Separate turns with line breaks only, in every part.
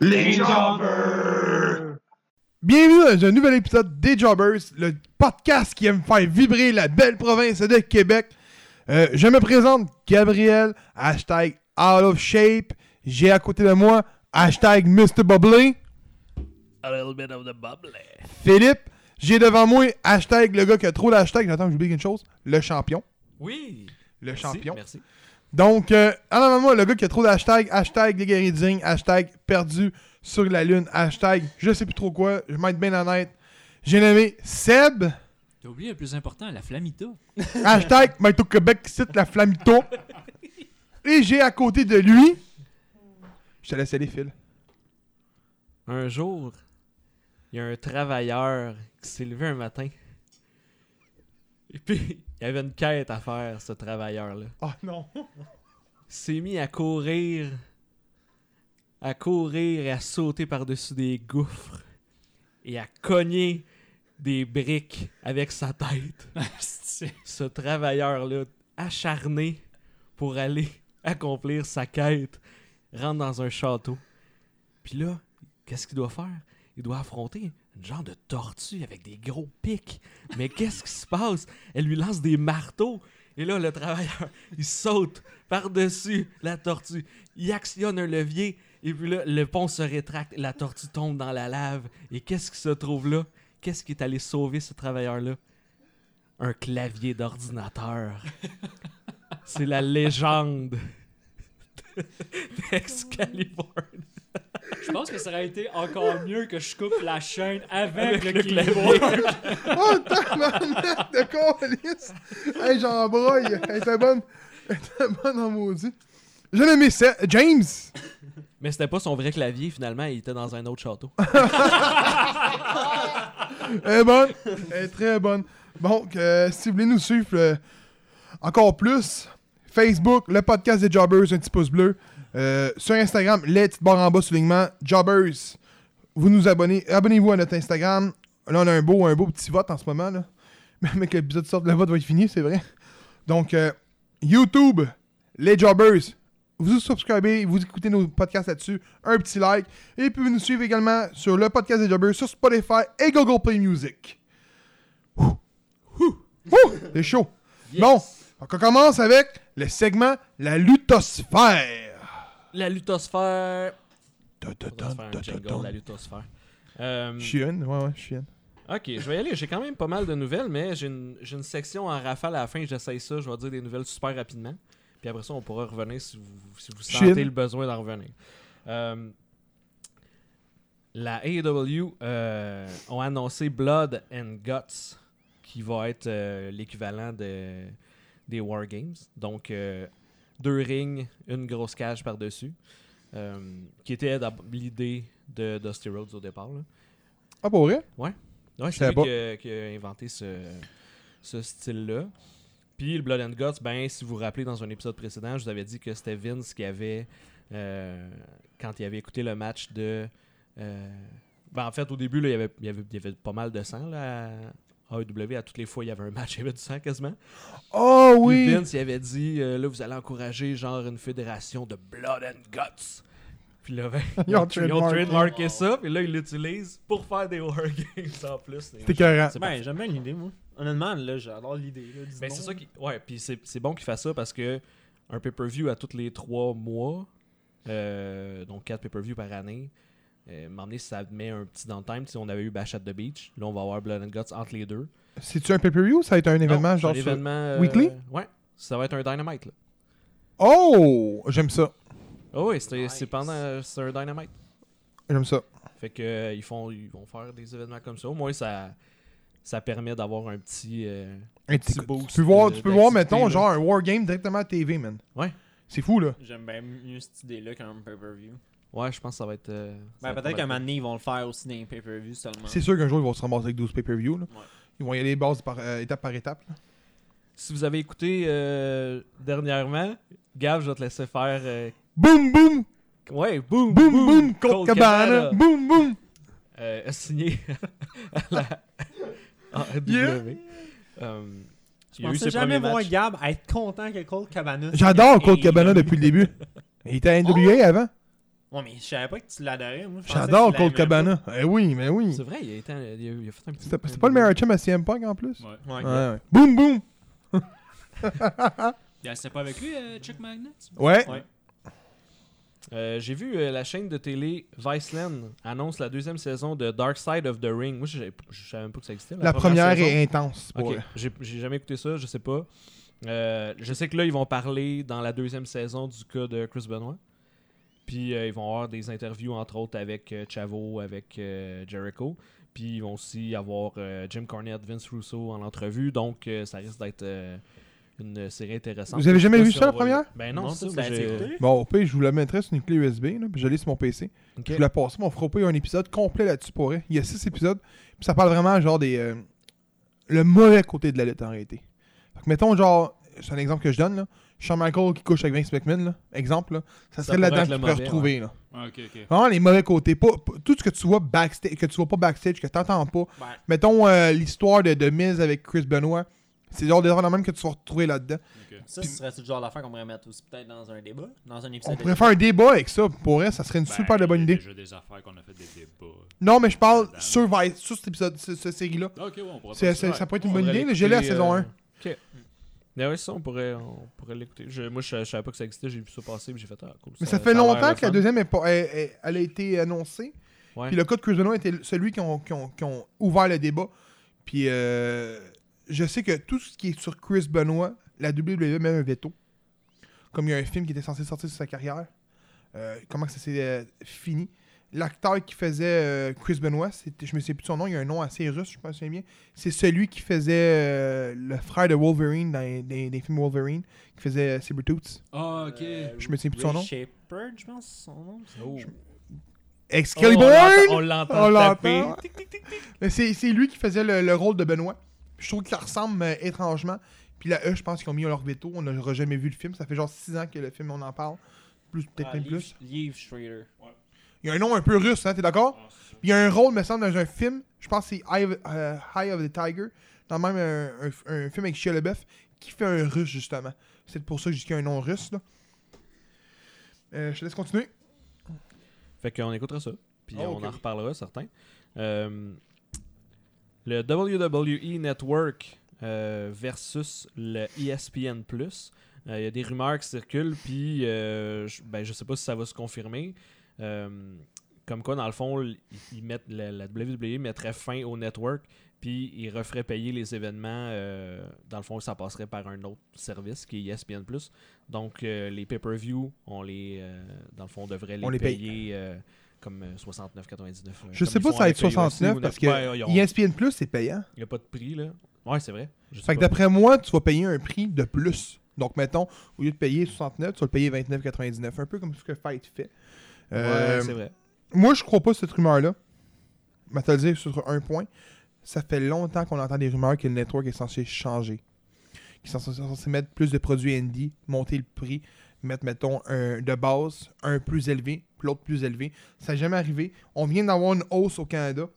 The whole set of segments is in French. Les Jobbers!
Bienvenue dans un nouvel épisode des Jobbers, le podcast qui aime faire vibrer la belle province de Québec. Euh, je me présente Gabriel, hashtag out of shape. J'ai à côté de moi, hashtag Mr. Bubbly.
A little bit of the bubbly.
Philippe, j'ai devant moi, hashtag le gars qui a trop d'hashtags. J'attends que j'oublie quelque chose. Le champion.
Oui!
Le champion.
Merci.
Donc, euh, en avant de moi, le gars qui a trop d'hashtags, hashtag les guerriers dignes, hashtag perdu sur la lune, hashtag je sais plus trop quoi, je vais être bien honnête. J'ai nommé Seb,
T'as oublié le plus important, la flamita.
hashtag Maïto Québec cite la flamito. Et j'ai à côté de lui. Je te laisse aller, Phil.
Un jour, il y a un travailleur qui s'est levé un matin. Et puis, il y avait une quête à faire, ce travailleur-là.
Oh non.
Il s'est mis à courir, à courir et à sauter par-dessus des gouffres et à cogner des briques avec sa tête. ce travailleur-là, acharné pour aller accomplir sa quête, rentre dans un château. Puis là, qu'est-ce qu'il doit faire? Il doit affronter une genre de tortue avec des gros pics. Mais qu'est-ce qui se passe? Elle lui lance des marteaux. Et là, le travailleur, il saute par-dessus la tortue. Il actionne un levier. Et puis là, le pont se rétracte. La tortue tombe dans la lave. Et qu'est-ce qui se trouve là? Qu'est-ce qui est allé sauver ce travailleur-là? Un clavier d'ordinateur. C'est la légende d'Excalibur.
Je pense que ça aurait été encore mieux que je coupe la chaîne avec,
Avec
le,
le
keyboard.
Oh, tabarnak de colis. Hey, j'en broille. Elle était bonne. Elle était bonne en maudit. J'ai nommé Seb. James.
Mais c'était pas son vrai clavier, finalement, il était dans un autre château.
Elle est bonne. Elle est très bonne. Donc, euh, si vous voulez nous suivre euh, encore plus, Facebook, le podcast des Jobbers, un petit pouce bleu. Euh, sur Instagram, les petites barres en bas, soulignement, Jobbers. Vous nous abonnez. Abonnez-vous à notre Instagram. Là, on a un beau, un beau petit vote en ce moment. Là. Même que l'épisode sorte, le vote va être fini, c'est vrai. Donc, euh, YouTube, les Jobbers. Vous vous subscribez, vous écoutez nos podcasts là-dessus, un petit like. Et puis, vous nous suivez également sur le podcast des Jobbers, sur Spotify et Google Play Music. Ouh. Ouh. Ouh. C'est chaud. Bon, donc on commence avec le segment La lutosphère.
La lutosphère.
Dun, dun, dun,
Faudrait se faire
dun,
un
dun,
jingle,
dun.
la lutosphère. Euh,
Chienne, ouais, ouais, chienne.
ok, je vais y aller. J'ai quand même pas mal de nouvelles, mais j'ai une, j'ai une section en rafale à la fin. J'essaye ça. Je vais dire des nouvelles super rapidement. Puis après ça, on pourra revenir si vous, si vous sentez
Chine.
le besoin d'en revenir. Euh, la AEW euh, ont annoncé Blood and Guts, qui va être euh, l'équivalent de, des War Games. Donc, euh, deux rings, une grosse cage par-dessus, euh, qui était d'ab- l'idée de Dusty Rhodes au départ. là.
Ah, pour vrai?
Ouais,
Je
c'est lui
savais
qui a, qui a inventé ce, ce style-là. Puis le Blood and Guts, ben, si vous vous rappelez dans un épisode précédent, je vous avais dit que c'était Vince qui avait, euh, quand il avait écouté le match de... euh, ben, en fait, au début, là, il, y avait, il, y avait, il y avait pas mal de sang là, à AEW. À toutes les fois, il y avait un match, il y avait du sang quasiment.
Oh
Puis
oui!
Vince, il avait dit, euh, là, vous allez encourager genre une fédération de Blood and Guts. Puis là, ben,
Ils
ils
ont
ont
trademarké.
trademarké ça, puis là, ils l'utilisent pour faire des War Games en plus.
C'était carré.
C'est
Ben, j'aime bien l'idée, moi. Honnêtement, là, j'adore l'idée. là, du
Ben,
nom.
c'est ça qui. Ouais, puis c'est c'est bon qu'il fasse ça parce que un pay-per-view à tous les trois mois, euh, donc quatre pay-per-views par année, euh, m'emmener si ça met un petit downtime. Si on avait eu Bash at the Beach, là on va avoir Blood and Guts entre les deux.
C'est-tu un pay-per-view ou ça a été un événement
Non,
genre
un
sur-
événement, euh,
weekly?
Ouais, ça va être un Dynamite. Là.
Oh! J'aime ça.
Oh, oui, c'est
Nice.
c'est pendant. C'est un Dynamite.
J'aime ça.
Fait que euh, ils, font, ils vont faire des événements comme ça. Au moins, ça, ça permet d'avoir un petit. euh,
Un petit
Petit
coup-
boost
tu peux voir,
de-
tu peux voir
d'activité,
mettons,
là.
genre un wargame directement à TV, man.
Ouais.
C'est fou, là.
J'aime bien mieux cette idée-là qu'un pay-per-view.
Ouais, je pense que ça va être. euh, ça
Ben,
va être
peut-être
pas
qu'à un
mal
moment donné, ils vont le faire aussi dans les pay-per-views seulement.
C'est sûr qu'un jour, ils vont se ramasser avec 12 pay-per-views. là.
Ouais.
Ils vont y aller base par, euh, étape par étape. là.
Si vous avez écouté euh, dernièrement, Gav, je vais te laisser faire. euh,
Boum, boum!
ouais, boum,
Boum, boum! Colt
Colt
Cabana! Boum, boum!
Euh, signé à la AEW. Euh,
Je
il y a eu
pensais
ses
jamais
premiers
voir
matchs.
Gab être content que Colt Cabana.
J'adore
Cold
Colt Cabana depuis le début. Il était à NWA avant.
euh, Ouais, mais je savais pas que tu l'adorais, moi. Je pensais
J'adore
que tu l'aimais
Cold Cabana. Eh oui, mais oui.
C'est vrai, il a, été, il a- il a fait un petit.
C'était c'était pas le meilleur chum à CM Punk en plus?
Ouais.
pas. Ouais,
Ouais, ouais. Boum, boum!
Yeah, C'était pas avec lui, euh, Chuck Magnet?
Ouais.
Ouais.
Euh, J'ai vu euh, la chaîne de télé Viceland annonce la deuxième saison de Dark Side of the Ring. Moi, je savais- je savais même pas que ça existait.
La première
saison.
est intense.
Ok,
pour elle.
j'ai j'ai jamais écouté ça, je sais pas. Euh, je sais que là, ils vont parler dans la deuxième saison du cas de Chris Benoit. Puis euh, ils vont avoir des interviews, entre autres, avec euh, Chavo, avec euh, Jericho. Puis ils vont aussi avoir euh, Jim Cornette, Vince Russo en entrevue. Donc euh, ça risque d'être euh, une série intéressante.
Vous avez
Je sais
jamais
pas
vu
si
ça,
on
la
va-
première?
Ben non,
Non,
c'est ça.
ça, tu
moi,
l'as
j'ai-
écouté?
Bon, au pire, je vous la mettrai sur une clé USB, là, puis je l'ai sur mon PC.
Ok.
Je vous la passe, on fera pas un épisode complet là-dessus pour elle. Il y a six épisodes, puis ça parle vraiment, genre, des. euh, le mauvais côté de la lutte en réalité. Fait que, mettons, genre, c'est un exemple que je donne, là. Shawn Michaels qui couche avec Vince McMahon, là. Exemple, là. Ça
Ça
serait
pourrait
là-dedans
être
que
le
tu pourrais
mauvais,
retrouver, là.
Ah, ok, ok.
Vraiment les mauvais côtés. Pas, pas- tout ce que tu vois backstage, que tu vois pas backstage, que t'entends pas.
Ben,
Mettons euh, l'histoire de, de Miz avec Chris Benoit. C'est genre des affaires de même que tu vas retrouver là-dedans.
Ça, ce serait le genre d'affaire qu'on pourrait mettre aussi peut-être dans un débat, dans un épisode.
On pourrait faire un débat avec ça. Pour elle, ça serait une
Ben,
Ben,
super de bonne idée.
déjà des affaires qu'on a fait des débats.
Non, mais je parle
Madame.
sur, Vi- sur cet épisode, ce- cette série-là.
Ok, ouais, on pourra
C'est-
pas
c'est-
se
Ça
faire.
pourrait être une
On
bonne
pourrait
idée. là. J'ai la
l'écouter,
saison
euh,
1.
Ok. Mais ouais, ça, on pourrait, on pourrait l'écouter. Je- Moi, je, je savais pas que ça existait, j'ai vu ça passer, puis j'ai fait ah, cool.
Mais ça,
a
fait
l'air
longtemps
le
que la
fun.
deuxième est pas- est- est- elle a été annoncée.
Ouais.
Puis le cas de Chris Benoit était celui qui ont, qui ont- qui ont ouvert le débat. Puis euh, je sais que tout ce qui est sur Chris Benoit, la WWE met un veto. Comme il y a un film qui était censé sortir sur sa carrière. euh, comment que ça s'est euh, fini? L'acteur qui faisait euh, Chris Benoit, c'était- je me souviens plus de son nom, il y a un nom assez russe, je me souviens bien. C'est celui qui faisait euh, le frère de Wolverine dans les, des- des films Wolverine, qui faisait euh, Sabretooth.
Ah, ok.
Euh,
Je me souviens plus de son nom.
Shepard, je pense, son nom.
Oh.
Excalibur!
On l'entend,
On
on l'entend taper.
l'entend. Mais c'est c'est lui qui faisait le, le rôle de Benoît. Puis je trouve qu'il ressemble euh, étrangement. Puis là, eux, je pense qu'ils ont mis leur veto. On n'aura jamais vu le film. Ça fait genre 6 ans que le film, on en parle. Plus, peut-être
Ah,
même
Liv-
plus.
Liv Schrader.
Il y a un nom un peu russe, hein, t'es d'accord? Puis il y a un rôle, me semble, dans un film. Je pense que c'est Eye, of- euh, Eye of the Tiger. Dans même un, un- un film avec Shia LaBeouf qui fait un russe, justement. C'est pour ça que j'ai dit un nom russe, là. Euh, je te laisse continuer.
Fait qu'on écoutera ça. Puis
Ah,
on
ok.
en reparlera, certains. Euh, le WWE Network euh, versus le E ESPN Plus. Il y a des rumeurs qui circulent, puis euh, je- ben, je sais pas si ça va se confirmer. Euh, comme quoi, dans le fond, l- ils mettent, la, la WWE mettrait fin au network, puis ils referaient payer les événements. euh, dans le fond, ça passerait par un autre service qui est E ESPN Plus. Donc, euh, les pay-per-view, on les, euh, dans le fond, on devrait les,
On les paye.
payer euh, comme euh, 69,99. euh,
Je sais pas
comme ils font
si ça va être
avec le UFC ou
69 parce que
Ben, ils ont-
ESPN Plus, c'est payant.
il n'y a pas de prix, là. Ouais, c'est vrai. Je sais
Fait que
pas.
d'après moi, tu vas payer un prix de plus. Donc, mettons, au lieu de payer 69, tu vas le payer 29,99. Un peu comme ce que Fight fait. Euh,
Ouais, c'est vrai.
moi, je crois pas cette rumeur-là. Mais t'as le dire sur un point. Ça fait longtemps qu'on entend des rumeurs que le network est censé changer. Qu'ils sont censés- censés mettre plus de produits indie, monter le prix, mettre, mettons, un de base, un plus élevé, puis l'autre plus élevé. Ça n'est jamais arrivé. On vient d'avoir une hausse au Canada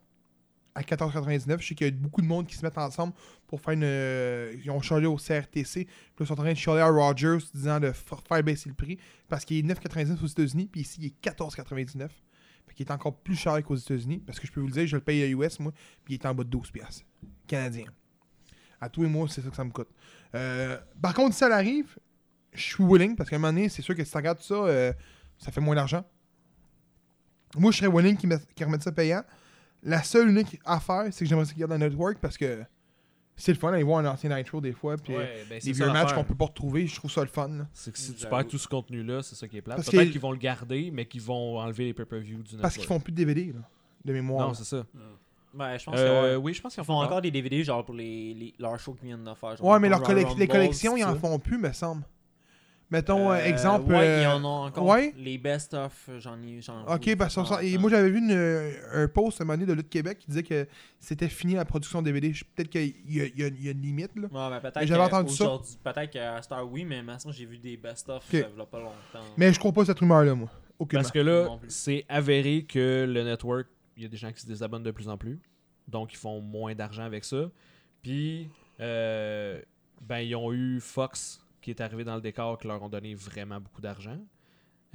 à 14,99. Je sais qu'il y a beaucoup de monde qui se mettent ensemble pour faire une. euh, ils ont changé au CRTC. Puis là, ils sont en train de chialer à Rogers disant de f- faire baisser le prix parce qu'il est 9,99 aux États-Unis, puis ici, il est 14,99. Fait qu'il est encore plus cher qu'aux États-Unis. Parce que je peux vous le dire, je le paye à US, moi, puis il est en bas de 12$. piastres. Canadien. À tous les mois, c'est ça que ça me coûte. Euh, par contre, si ça arrive, je suis willing, parce qu'à un moment donné, c'est sûr que si tu regardes ça, euh, ça fait moins d'argent. Moi, je serais willing qu'ils mettent- qu'ils remettent ça payant. La seule unique affaire, c'est que j'aimerais ça qu'ils gardent un network parce que c'est le fun d'aller voir un ancien Nitro des fois. Puis euh,
ben,
des vieux matchs qu'on peut pas retrouver, je trouve ça le fun. là.
C'est que si tu
J'avoue.
perds tout ce contenu-là, c'est ça qui est plate.
Parce
Peut-être
que-
qu'ils vont le garder, mais qu'ils vont enlever les pay-per-view du
Parce qu'ils
network.
font plus de DVD, là, de mémoire.
Non, c'est ça.
Ben, je pense
Euh,
que ouais. Ah.
oui, je pense qu'ils
Ils
en
font
font
encore des DVD genre pour les, les- leurs shows qu'ils viennent de faire. genre
Ouais, mais
pour
leurs
Royal
collec- les
Rumble,
collections,
tout
ils en
ça.
font plus, me semble. Mettons, euh,
Euh,
exemple.
Ouais,
euh,
ils en ont encore.
ouais.
Les best-of, j'en ai. j'en ai
Ok, parce
fait
qu'on sent-
en-
hein.
et moi j'avais vu une- euh, un post à un moment donné de Lutte Québec qui disait que c'était fini la production DVD. Je- Peut-être qu'il y, a- il y a- il y a une limite là.
Ouais, ben,
Mais
peut-être
j'avais
que
entendu ça.
aujourd'hui- Peut-être qu'à Star, oui, mais maintenant, j'ai vu des best-of
Ok.
il y a pas longtemps.
Mais je crois pas cette rumeur là, moi. Aucunement.
Parce que là,
Non plus.
c'est avéré que le network, il y a des gens qui se désabonnent de plus en plus. Donc, ils font moins d'argent avec ça. Puis, euh, ben, ils ont eu Fox qui est arrivé dans le décor, qui leur ont donné vraiment beaucoup d'argent.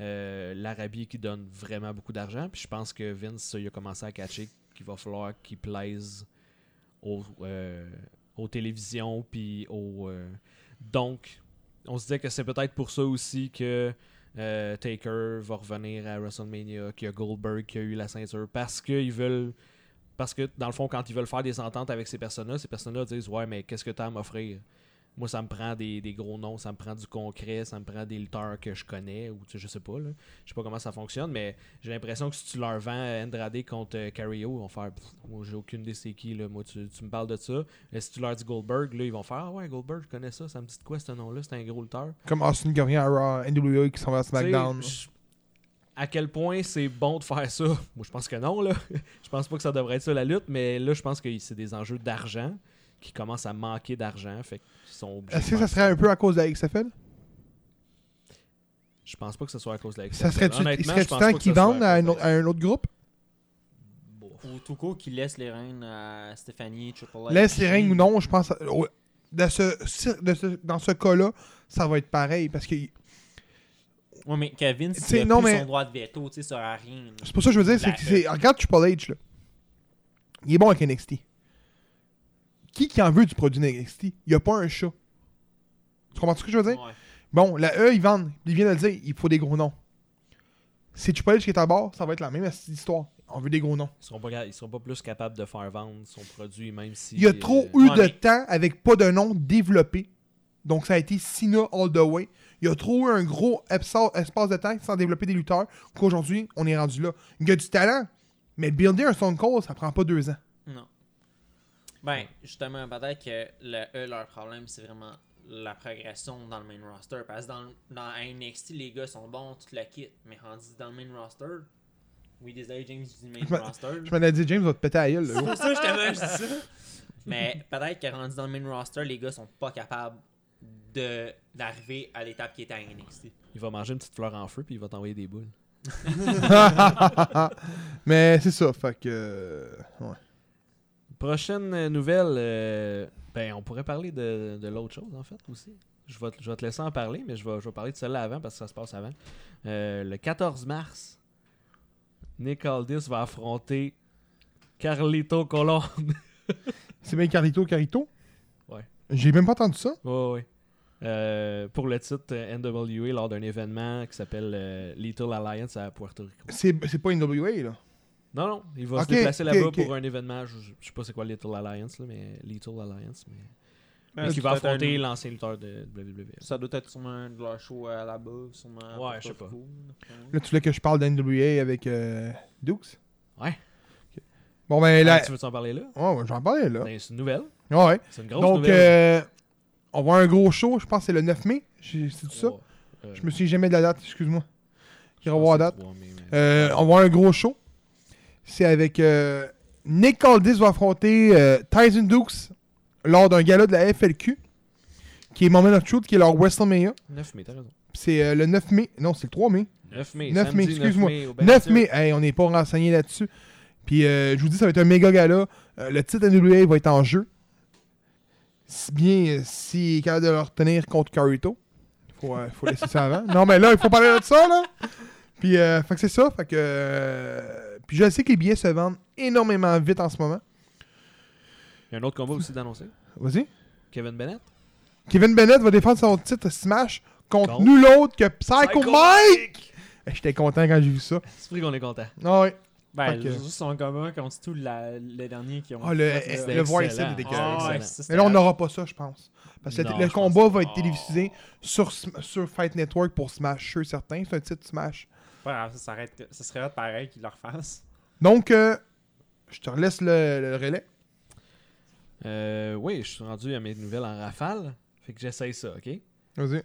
euh, l'Arabie qui donne vraiment beaucoup d'argent. Puis je pense que Vince, ça, il a commencé à catcher qu'il va falloir qu'il plaise aux, euh, aux télévisions. Puis aux, euh, Donc, on se disait que c'est peut-être pour ça aussi que euh, Taker va revenir à WrestleMania, qu'il y a Goldberg qui a eu la ceinture. Parce qu'ils veulent. Parce que, dans le fond, quand ils veulent faire des ententes avec ces personnes-là, ces personnes-là disent Ouais, mais qu'est-ce que tu as à m'offrir moi, ça me prend des, des gros noms, ça me prend du concret, ça me prend des lutteurs que je connais, ou tu sais, je sais pas, là. Je sais pas comment ça fonctionne, mais j'ai l'impression que si tu leur vends euh, Andrade contre euh, Carrillo, ils vont faire, Pff, moi, j'ai aucune idée c'est qui, là. Moi, tu, tu me parles de ça. Mais si tu leur dis Goldberg, là, ils vont faire, ah ouais, Goldberg, je connais ça, ça me dit de quoi ce nom-là, c'est un gros lutteur.
Comme Austin Gabriel à Raw, NWA qui s'en va à SmackDown.
Tu sais, je- À quel point c'est bon de faire ça Moi, je pense que non, là. je pense pas que ça devrait être ça la lutte, mais là, je pense que c'est des enjeux d'argent qui commencent à manquer d'argent, fait qu'ils sont obligés.
Est-ce
de
que ça
faire
serait un peu à cause de la XFL
Je pense pas que ce soit à cause de la
Ça
XFL.
serait-tu il
Honnêtement,
serait
je
temps
pense pas que
qu'ils
ça soit
vendent à
cause
un,
de
autre- à un autre groupe
Ou tout court qui laisse les rênes à Stéphanie, Triple H.
Laisse les règnes ou non, je pense. au- de ce, cir- de ce- dans ce cas-là, ça va être pareil. Parce que
Ouais, mais Kevin,
Tu sais,
c'est
non,
non,
mais-
son droit de veto, tu sais, ça sert à rien. là.
c'est pour ça que je veux dire, c'est
La
que c'est- regarde Triple H là. Il est bon avec NXT. Qui qui en veut du produit NXT Il n'y a pas un chat. Tu comprends ce que je veux dire
Ouais.
Bon, la E, ils vendent. Ils viennent de le dire, il faut des gros noms. Si Triple H qui est à bord, ça va être la même histoire. On veut des gros noms.
Ils seront, pas, ils seront pas plus capables de faire vendre son produit, même si.
Il y a
euh,
trop
ouais,
eu
ouais,
de
mais-
temps avec pas de nom développé. Donc ça a été Sina all the way. Il y a trop eu un gros absa- espace de temps sans développer des lutteurs qu'aujourd'hui, on est rendu là. Il y a du talent, mais builder un Stone Cold, ça prend pas deux ans.
Non. Ben, justement, peut-être que le, eux, leur problème, c'est vraiment la progression dans le main roster. Parce que dans, dans NXT, les gars sont bons, tu te la quittes. Mais rendu dans le main roster, oui, désolé, James, du main
Je me-
roster.
Je m'en ai dit, James va te péter à la gueule. là, gros.
C'est pour ça que justement, je dis ça. Mais peut-être que rendu dans le main roster, les gars sont pas capables de d'arriver à l'étape qui est à NXT.
Il va manger une petite fleur en feu puis il va t'envoyer des boules.
mais c'est ça, fait que... euh, ouais.
Prochaine euh, nouvelle, euh, ben on pourrait parler de, de l'autre chose en fait aussi. Je vais, te- je vais te laisser en parler, mais je vais, je vais parler de celle-là avant parce que ça se passe avant. Euh, le 14 mars, Nick Aldis va affronter Carlito Colon.
C'est bien Carlito, Carito?
Ouais.
J'ai même pas entendu ça.
Ouais, ouais. Euh, pour le titre euh, NWA lors d'un événement qui s'appelle euh, Little Alliance à Puerto Rico.
C'est c'est pas NWA, là.
Non, non, il va
Ok,
se déplacer
ok,
là-bas
ok.
pour un événement. Je, je sais pas c'est quoi Little Alliance, là, mais Little Alliance. Mais,
Ben,
mais
c'est
qui va
peut-être un-
affronter l'ancien lutteur de E. WWE.
Ça doit être sûrement de leur show euh, là-bas, sûrement. à
Ouais, je sais pas.
Puerto Rico,
Là, tu voulais que je parle de NWA avec euh, Dukes?
Ouais.
Ok. Bon, ben là...
Ah, tu veux t'en parler là
Ouais, ouais, j'en parlais, là.
Ben, C'est une nouvelle.
Ouais, ouais.
C'est une grosse
Ah. Donc,
nouvelle.
euh, on va à un gros show, je pense que c'est le 9 mai. J'ai- C'est tout ça?
Trois, euh,
Je me suis jamais de la date, excuse-moi.
je
J'ai
pense
revoir
que
la
c'est
date.
trois, mais- mais-
Euh, on va à un gros show. C'est avec euh, Nick Aldis va affronter euh, Tyson Dukes lors d'un gala de la FLQ, qui est Moment of Truth, qui est leur WrestleMania.
9 mai, t'as raison.
Puis C'est euh, le 9 mai. Non, c'est le 3 mai.
9 mai,
9 mai,
samedi, 9
excuse-moi.
mai au
9
Bellatier.
mai, hey, on n'est pas renseigné là-dessus. Puis euh, je vous dis, ça va être un méga gala. Euh, le titre NWA va être en jeu. Si bien euh, s'il est capable de le retenir contre Carito. Faut, euh, faut laisser ça avant. Non, mais là, il faut parler de ça, là. Puis, euh, fait que c'est ça. Fait que, euh, puis je sais que les billets se vendent énormément vite en ce moment.
Il y a un autre combat aussi d'annoncer.
Vas-y.
Kevin Bennett.
Kevin Bennett va défendre son titre Smash contre
Contre-
nul autre que Psycho,
Psycho
Mike. Eh, J'étais content quand j'ai vu ça.
C'est vrai qu'on est content.
Ah ouais.
Ben,
Fait que-
juste son commun contre tout la, les derniers qui ont.
Ah, le,
fait
le voice
excellent.
était dégueulasse.
Ah, ouais,
excellent.
ça, c'était-
Mais là, on n'aura pas ça, je pense. Parce que le-
Non,
le
je pense
combat va être télévisé sur, Sm- sur Fight Network pour Smash, je suis certain. C'est un titre Smash.
Pas grave, ça, s'arrête- ça serait hot pareil qu'ils le refassent.
Donc, euh, je te relaisse le, le relais.
Euh, oui, je suis rendu à mes nouvelles en rafale. Fait que j'essaye ça, ok?
Vas-y.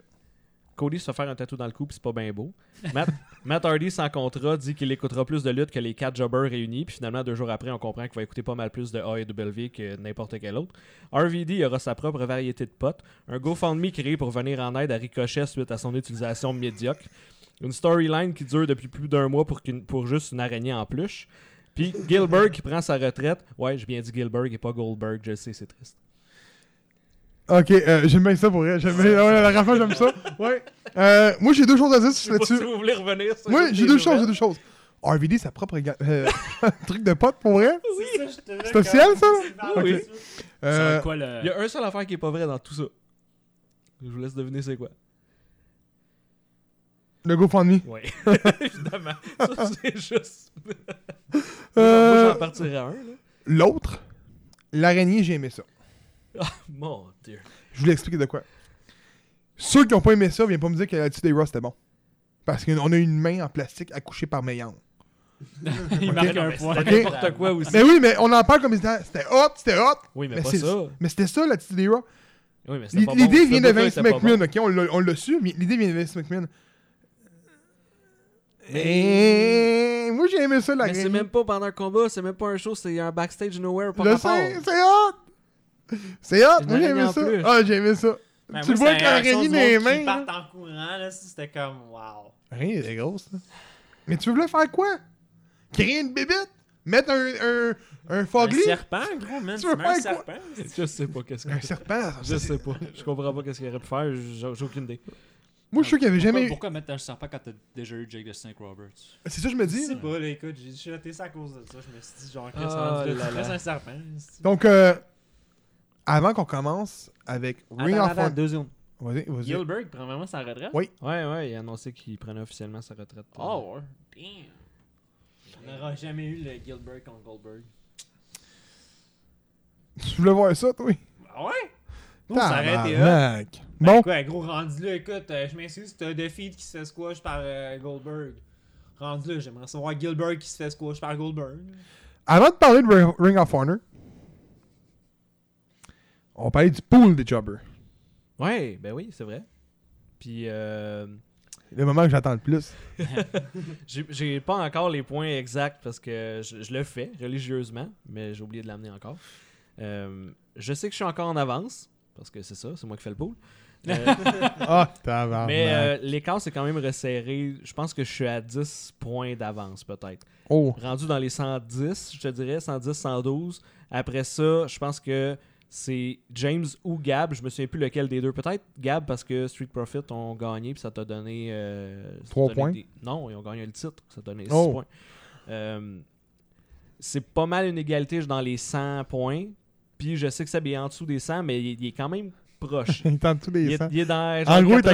Cody se fait faire un tatou dans le cou, puis c'est pas bien beau. Matt, Matt Hardy, sans contrat, dit qu'il écoutera plus de luttes que les quatre jobbers réunis. Puis finalement, deux jours après, on comprend qu'il va écouter pas mal plus de AEW que n'importe quel autre. RVD aura sa propre variété de potes. Un GoFundMe créé pour venir en aide à Ricochet suite à son utilisation médiocre. Une storyline qui dure depuis plus d'un mois pour, qu'une- pour juste une araignée en peluche. Puis Gilbert qui prend sa retraite. Ouais, j'ai bien dit Gilbert et pas Goldberg, je sais, c'est triste.
Ok, euh, j'aime bien ça pour elle. J'aime bien... ouais, la dernière fois, j'aime ça. Ouais. Euh, moi, j'ai deux choses à dire sur-
Je sais pas
là-dessus.
si vous voulez revenir sur
Oui,
les
j'ai deux choses, j'ai
nouvelles.
deux choses. RVD, sa propre ga- euh, truc de pote pour vrai.
C'est ça, je te-
C'est officiel, ça? là?
Oui, oui.
Ok. Euh,
C'est quoi le.
Il y a un seul affaire qui est pas vrai dans tout ça. Je vous laisse deviner c'est quoi.
le GoFundMe.
Oui. Évidemment. Ça, c'est juste. Moi,
Euh,
j'en partirais un, là.
L'autre, l'araignée, j'ai aimé ça.
Mon dieu.
Je voulais expliquer de quoi. Ceux qui n'ont pas aimé ça, viens pas me dire que là-dessus des Ross c'était bon. Parce qu'on a une main en plastique accouchée par Meillon.
Il marque un point.
Ok.
N'importe quoi aussi.
Mais oui, mais on en parle comme étant c'était hot, c'était hot.
Oui, mais,
Mais
pas
c'est-
ça.
Mais c'était ça, la petite Ross.
Oui, mais c'était pas
L'idée
bon.
vient
Ce
de
bout-là
Vince
était pas bon.
McMahon, ok? On l'a- On l'a su, mais l'idée vient de Vince McMahon.
Mais-
Eh, Moi, j'ai aimé ça, la
Mais c'est même pas pendant un combat, c'est même pas un show, c'est un backstage nowhere par
Le
rapport.
sein, c'est hot! C'est hot!
Une
Moi, j'ai
araignée
aimé
en
ça.
plus.
Ah, j'ai aimé ça.
Ben,
tu le
moi,
vois
c'est
avec
la réaction
l'araignée
du
dans les
monde
mains.
qui
là.
partent en courant, là, ça, c'était comme, wow.
Rien, elle est grosse. là. Mais tu voulais faire quoi? Créer une bébite? Mettre un, un, un
Un
fogly?
serpent, gros, man.
Tu
Tu
veux
mets un
faire
serpent.
Je sais pas qu'est-ce que
Un serpent? ça,
Je
c'est-
sais pas. Je comprends pas qu'est-ce qu'il aurait pu faire. J'ai j'ai aucune idée.
Moi, je suis sûr qu'il y avait
Pourquoi,
jamais.
pourquoi mettre un serpent quand t'as déjà eu Jake the Snake Roberts?
C'est ça que je me
Je
dis.
sais pas, là, écoute, j'ai jeté ça à cause de ça. Je me suis dit, genre, qu'est-ce
Ah
que
là
c'est
là.
un serpent. c'est-
Donc, euh, avant qu'on commence avec Ring
Attends,
of
attends,
Honor.
deux secondes.
Vas-y, vas-y.
Gilbert prend vraiment sa retraite?
Oui.
Ouais, ouais, il a annoncé qu'il prenait officiellement sa retraite.
Oh, ouais. damn. On n'aura jamais eu le Gilbert contre Goldberg.
Tu voulais voir ça, toi?
Ah ouais? Non, ça aurait été hot. Ben,
Tabarnak. Bon,
Quoi, gros, rendu là, écoute, euh, je m'excuse, t'as Defeat qui se fait squash par euh, Goldberg. Rendu là, j'aimerais savoir Gilbert qui se fait squash par Goldberg.
avant de parler de Ring- Ring of Honor, on va parler du pool des jobbers.
Ouais, ben oui, c'est vrai. Puis, euh,
Le moment que j'attends le plus.
j'ai- j'ai pas encore les points exacts parce que je, je le fais religieusement, mais j'ai oublié de l'amener encore. Euh, je sais que je suis encore en avance parce que c'est ça, c'est moi qui fais le pool. Euh,
Ah, tabarnak.
mais euh, l'écart c'est quand même resserré. Je pense que je suis à 10 points d'avance peut-être.
oh.
rendu dans les 110, je te dirais, 110, 112. Après ça, je pense que c'est James ou Gab. Je me souviens plus lequel des deux. Peut-être Gab parce que Street Profit ont gagné puis ça t'a donné. euh, ça t'a
Trois
donné
points.
des- Non, ils ont gagné le titre. Ça t'a donné
Oh.
6 points. Euh, c'est pas mal une égalité je- dans les 100 points. Puis je sais que ça est en dessous des 100, mais il, il est quand même proche.
Il tente tous
Il
les
est,
sens.
il est dans
En gros, il est à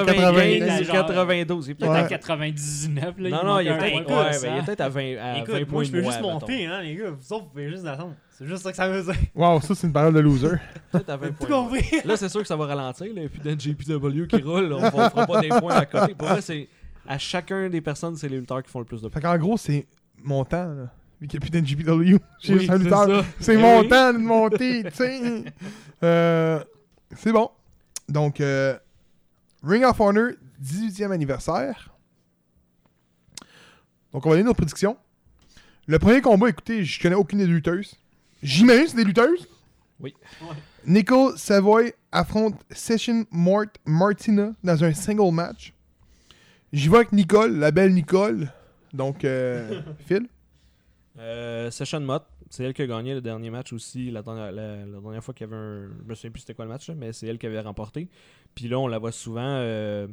90.
95, 92. Il
Il
est
est
peut-être
Ouais.
à
à 99, là.
non, non, il est
manque un
peut-être
point
ouais,
pour ça.
ben, il est peut-être à 20, à 20
Écoute,
points
moi, je peux
de
juste
moins, mettons.
monter, hein, les gars. Vous autres, vous pouvez juste attendre. C'est juste ça que ça veut dire.
Wow, ça, c'est une parole de loser.
Peut-être à 20
Tout
points de moins.
compris.
Là, c'est sûr que ça va ralentir. Là. Et puis, d'un JPW qui roule, là, on ne fera pas des points à côté. Pour vrai, c'est à chacun des personnes, c'est les lutteurs qui font le plus de points.
Fait qu'en gros, c'est mon temps, là. Vu qu'il n'y a plus d'NGPW. J'ai
Oui,
juste un
c'est
lutteur.
ça.
C'est
Eh
mon
oui.
temps de monter, tu sais. Euh, c'est bon. Donc, euh, Ring of Honor, 18e anniversaire. Donc, on va donner nos prédictions. Le premier combat, écoutez, je connais aucune des lutteuses. J'imagine que c'est des lutteuses.
Oui.
Ouais.
Nicole Savoy affronte Session Mort Martina dans un single match. J'y vais avec Nicole, la belle Nicole. Donc, euh, Phil.
Euh, Session Mott, c'est elle qui a gagné le dernier match aussi. La dernière, la- la dernière fois qu'il y avait un. Je me souviens plus c'était quoi le match, là, mais c'est elle qui avait remporté. Puis là, on la voit souvent. euh,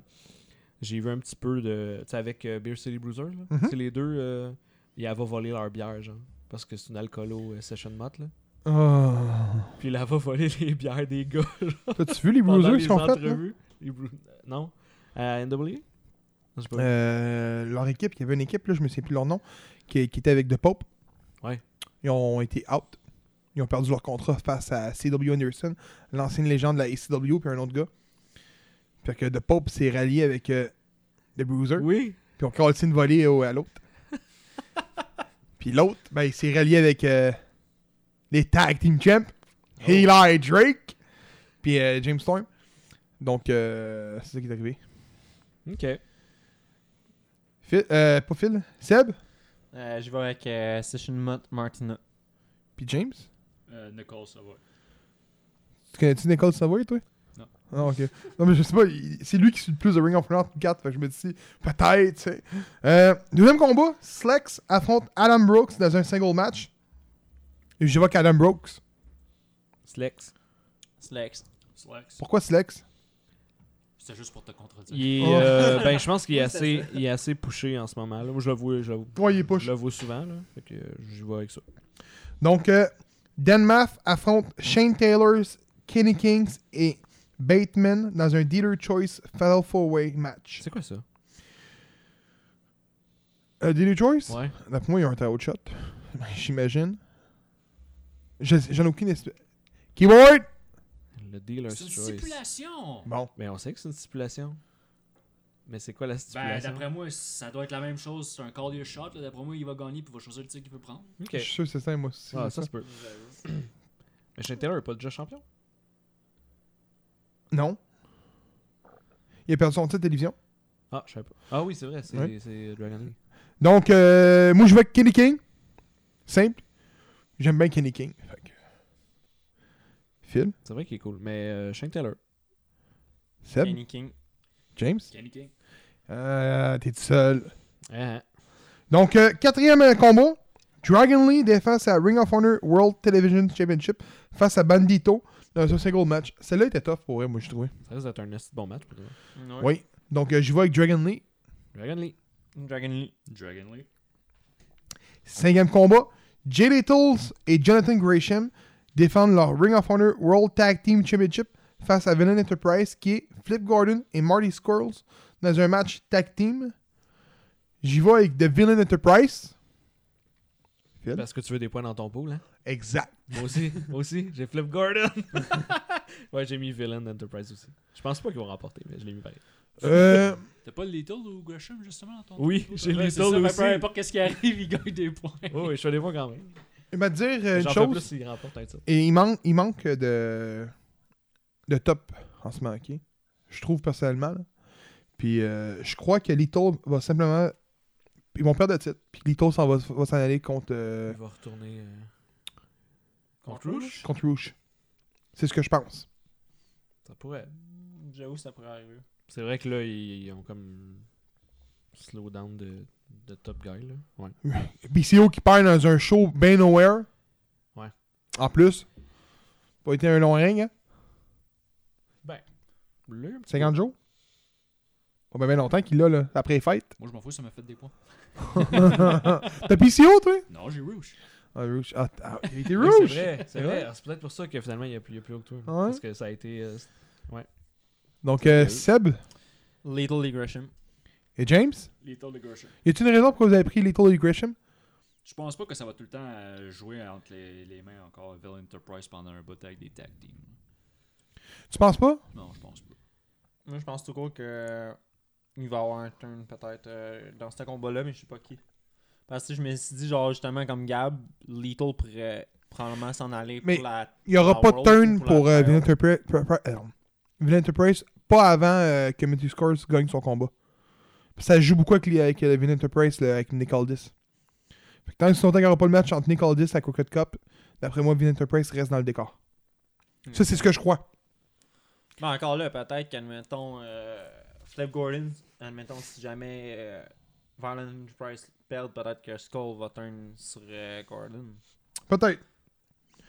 J'ai vu un petit peu de. Tu sais, avec euh, Beer City Bruiser, là.
Mhm.
c'est les deux. euh, et elle va voler leur bière, genre. Parce que c'est une alcoolo euh, Session Mott, là. Ah. Puis là, elle va voler les bières des gars, genre.
T'as-tu vu les
pendant
bruisers
les
qu'ils ont fait? là?
entrevues. Les Bru- Non? À NWA? Je sais pas.
Euh, leur équipe, il y avait une équipe, là, je me souviens plus leur nom, qui, qui était avec The Pope.
Ouais.
Ils ont été out. Ils ont perdu leur contrat face à C.W. Anderson, l'ancienne légende de la ACW, puis un autre gars. Fait que The Pope s'est rallié avec euh, The Bruiser,
Oui.
puis on callé une volée au- à l'autre. puis l'autre, ben, il s'est rallié avec euh, les Tag Team Champs,
Oh.
Eli Drake, puis euh, James Storm. Donc, euh, c'est ça qui est arrivé.
Ok.
Phil, euh, pas Phil, Seb,
Euh, je vais avec euh, Session Mott Martina.
puis James.
Euh, Nicole, ça va.
Tu connais-tu Nicole Savoy, toi?
Non.
Ah, ok. Non, mais je sais pas, il- c'est lui qui suit le plus de Ring of Honor 4, fait que je me dis, peut-être, tu sais. Euh, deuxième combat, Slex affronte Adam Brooks dans un single match. Et je vois qu'Adam Brooks.
Slex.
Slex.
Slax.
Pourquoi Slex
C'était juste pour te contredire.
Il est,
Oh.
euh, ben, je pense qu'il est,
Oui,
assez-
c'est ça.
il est assez pushé en ce moment. Là. Moi, je le vois, je le,
Ouais, il est push.
je le vois souvent. Là. Fait que euh, j'y vais avec ça.
Donc, euh, Denmath affronte Shane Taylors, Kenny Kings et Bateman dans un Dealer Choice Fatal Four Way match.
C'est quoi ça?
Euh, Dealer Choice
Ouais.
D'après moi, il y a un title shot. J'imagine. Je- J'en ai aucune espèce. Keyboard
Le dealer's
C'est une
choice.
stipulation! Ben,
Bon.
Mais on sait que c'est une stipulation. Mais c'est quoi la
Ben,
stipulation?
d'après moi, ça doit être la même chose. C'est un cardio shot. là. D'après moi, il va gagner puis il va choisir le titre qu'il peut prendre.
Ok.
Je suis sûr que c'est ça, moi aussi.
Ah, ça se peut.
J'avoue.
Mais Shane Taylor n'est pas déjà champion?
Non. Il a perdu son titre de télévision.
Ah, je savais pas. Ah oui, c'est vrai, c'est
Ouais.
c'est Dragon Lee.
Donc, euh, moi, je vais avec Kenny King. Simple. J'aime bien Kenny King. Fait que- Phil,
C'est vrai qu'il est cool. Mais euh, Shane Taylor.
Seb,
Kenny King.
James.
Kenny King.
Euh, T'es tout seul.
Ah, ah.
Donc, euh, quatrième euh, combat. Dragon Lee défend sa Ring of Honor World Television Championship face à Bandito dans un single match. Celle-là était tough pour elle, moi, je trouvais.
Ça risque d'être un assez bon match pour toi.
Ouais.
Oui. Donc, euh, j'y vais avec Dragon Lee.
Dragon Lee.
Dragon Lee.
Dragon Lee.
Cinquième combat. Jay Littles et Jonathan Gresham défendent leur Ring of Honor World Tag Team Championship face à Villain Enterprise qui est Flip Gordon et Marty Squirrels dans un match tag team. J'y vais avec The Villain Enterprise. Phil.
Parce que tu veux des points dans ton pool, hein?
Exact.
Moi aussi, moi aussi, j'ai Flip Gordon. ouais, j'ai mis Villain Enterprise aussi. Je pense pas qu'ils vont remporter, mais je l'ai mis pareil.
Euh,
T'as pas le Little ou Gresham justement dans ton
Oui, j'ai
Ouais,
Little
c'est ça, mais
aussi.
Peu importe qu'est-ce qui arrive, il gagne des points.
Oui, oui, je suis allé voir quand même.
il va te dire euh, une
J'en fais plus
chose.
s'ils remportent un titre.
Et il manque, il manque de, de top en ce moment, ok? Je trouve personnellement. là. Puis euh, je crois que Little va simplement. Ils vont perdre de titre. Puis Little s'en va, va s'en aller contre. euh,
Il va retourner. euh,
Contre Rouge?
contre Rouge. C'est ce que je pense.
Ça pourrait.
Euh,
J'avoue, ça pourrait arriver.
C'est vrai que là, ils, ils ont comme. Slow down de, de top guy, là. Ouais.
BCO qui perd dans un show ben nowhere.
Ouais.
En plus. Pas été un long règne, hein?
Là, un petit
50 jours? Pas bien longtemps qu'il l'a, là, après les fêtes.
Moi, je m'en fous, ça m'a fait des points.
T'as PCO, toi?
Non, j'ai Rouge.
Ah, Rouge. Ah, t- ah, il était
Oui,
Rouge!
C'est vrai, c'est
Ouais.
vrai. Alors, C'est peut-être pour ça que finalement il y a plus, il y a plus haut que toi.
Ah Ouais.
Parce que ça a été. euh, c'est-
Donc, euh,
Ouais.
Seb
Little Lee Gresham.
et James,
Little de Gresham.
y a-t-il une raison pourquoi vous avez pris Little Lee Gresham?
Je pense pas que ça va tout le temps euh, jouer entre les, les mains encore Villain Enterprise pendant un bout avec des tag teams.
Tu penses pas?
Non, je pense pas.
Moi, je pense tout court que euh, il va avoir un turn peut-être euh, dans ce combat-là, mais je sais pas qui. Parce que je me suis dit, genre, justement, comme Gab, Little pourrait probablement s'en aller
Mais
pour la.
Il y aura
Ah,
pas de
World
turn
ou pour la
pour euh,
Fire?
Villain Enterprise, Villain Enterprise, pas avant euh, que Matthew Scores gagne son combat. Ça joue beaucoup avec, les- avec euh, Villain Enterprise, là, avec Nick Aldis. Fait que tant que longtemps qu'il n'y aura pas le match entre Nick Aldis et la Cocotte Cup, d'après moi, Villain Enterprise reste dans le décor.
Mm.
Ça, c'est ce que je crois.
Mais encore là, peut-être qu'admettons, euh, Flip Gordon, admettons, si jamais euh, Violent Enterprise perd, peut-être que Skull va turn sur euh, Gordon.
Peut-être.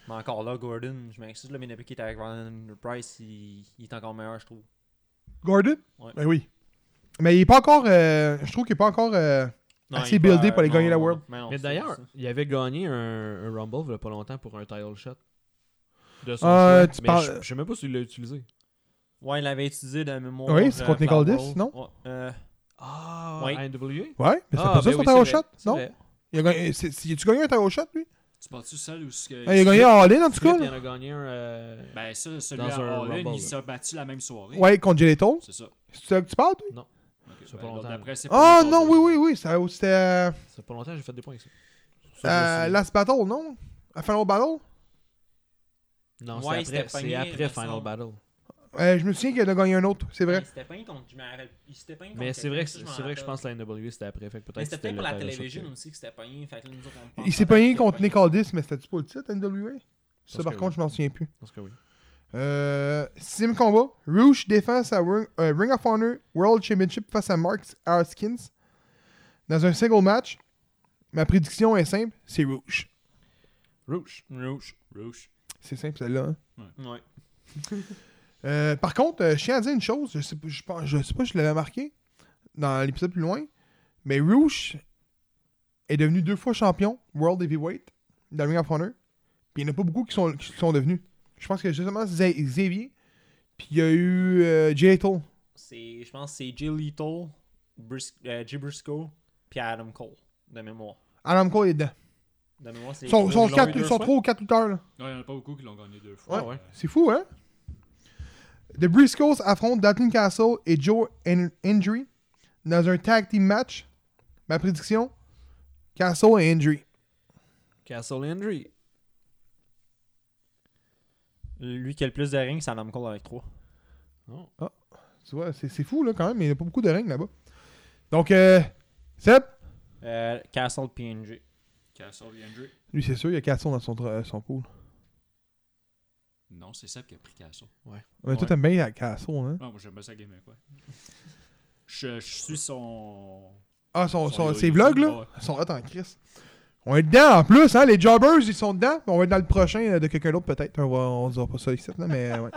Mais encore là, Gordon, je m'excuse, là, mais depuis qu'il est avec Violent Enterprise, il, il est encore meilleur, je trouve.
Gordon?
Ouais.
Ben oui. Mais il est pas encore. euh, je trouve qu'il est pas encore. euh,
Non,
Assez
il est pas-
buildé pour aller
non,
gagner la
non,
World.
Mais, non,
Mais
c'est
d'ailleurs,
ça.
il avait gagné un, un Rumble il y a pas longtemps pour un title shot. De son
Ah,
choix.
tu
mais
parles-
je, je sais même pas s'il l'a utilisé.
Ouais, il l'avait utilisé de mémoire.
Oui, c'est contre
euh,
Nicole
Flambeau.
Dis, non?
Ouais, euh,
Ah,
Oui.
NWA
Ouais, mais c'est
Ah,
pas ça
ben
son
oui,
tarot
c'est
shot,
vrai, c'est
non?
vrai. Euh,
Il a gagné, c'est- c'est- tu gagné un tarot shot, lui?
Tu penses-tu seul ou ce que.
Ah, il a gagné en all-in, en tout
Smith,
cas.
Il
là.
en a gagné un. euh,
Ben, ça, celui
Dans un
à Orlin,
Rumble,
il
là.
s'est battu la même soirée.
Ouais, contre Jay Little.
C'est ça. Ok,
C'est ça que tu parles, toi?
Ça fait
ben,
longtemps,
l'autre
là.
d'après, c'est
Ah
pour Little
non,
Lee.
oui, oui, oui. ça- C'était euh,
ça fait pas longtemps que j'ai fait des points avec ça. Ça, je me
euh,
souviens.
Last Battle, non? À Final Battle?
Non,
Ouais,
c'est
c'était
après, c'est
pogné,
après
Vincent.
Final Battle.
Euh, je me souviens qu'il en a gagné un autre, c'est vrai.
Il s'était peint contre. Je me rappelle. Il s'était peint contre.
Mais c'est vrai, que-
quelqu'un,
c'est
ça,
vrai que je
m'en
pense que la NWA c'était après. Fait que
Mais
peut-être
c'était
c'était
peut-être
le
pour la
title shot
télévision
que-
aussi que c'était pogné. Fait que là, nous autres, on pense
Il s'est
peut-être
pogné
qu'il
contre
a
Nick Aldis, mais c'était-tu pas le titre, NWA? Ça,
Parce
par
que
contre,
oui.
je m'en souviens plus.
Parce que oui.
Euh, sixième combat. Rouge défend sa Ring, euh, Ring of Honor World Championship face à Mark Haskins dans un single match. Ma prédiction est simple, c'est Rouge.
Rouge.
Rouge.
Rouge.
C'est simple, celle-là. hein.
Ouais.
Euh, par contre, euh, je tiens à dire une chose, je sais, pas- je, pense- je sais pas si je l'avais marqué dans l'épisode plus loin, mais Rouge est devenu deux fois champion World Heavyweight dans Ring of Honor. Puis il n'y en a pas beaucoup qui sont, qui sont devenus. Je pense que justement Xa- Xavier, puis il y a eu euh, Jay Lethal.
C'est, je pense que c'est Jay Lethal, Bris- euh, Jay Briscoe, puis Adam Cole, de mémoire.
Adam Cole est dedans.
De mémoire,
Ils
c'est les
sont,
trois
sont,
qui l'ont
quatre-
eu deux
sont
fois.
trois ou quatre lutteurs. là.
Non, il n'y en a pas beaucoup qui l'ont gagné deux fois.
Ouais.
Euh,
C'est fou, hein? The Briscoes affrontent Dalton Castle et Joe Hen- Hendry dans un tag team match. Ma prédiction, Castle et Hendry.
Castle Henry.
Lui qui a le plus de rings, c'est Adam Cole avec trois.
Tu vois, c'est c'est fou, là, quand même, mais il n'y a pas beaucoup de règles là-bas. Donc, euh, Seb,
Euh, Castle PNG.
Castle et Andrew.
lui, c'est sûr, il y a Castle dans son, tra- son pool.
Non, c'est Seb qui a pris Castle.
Mais toi,
Ouais.
t'aimes bien la Castle, hein?
Non, moi j'aime pas ça gamer quoi. Je, je suis son.
Ah, son,
Son
son-
yo-
ses
yo-
vlogs,
ouais.
là, ils sont hot en crise. On est dedans, en plus, hein? Les Jobbers, ils sont dedans. On va être dans le prochain euh, de quelqu'un d'autre, peut-être. On va, on dira pas ça ici, là, mais euh, ouais.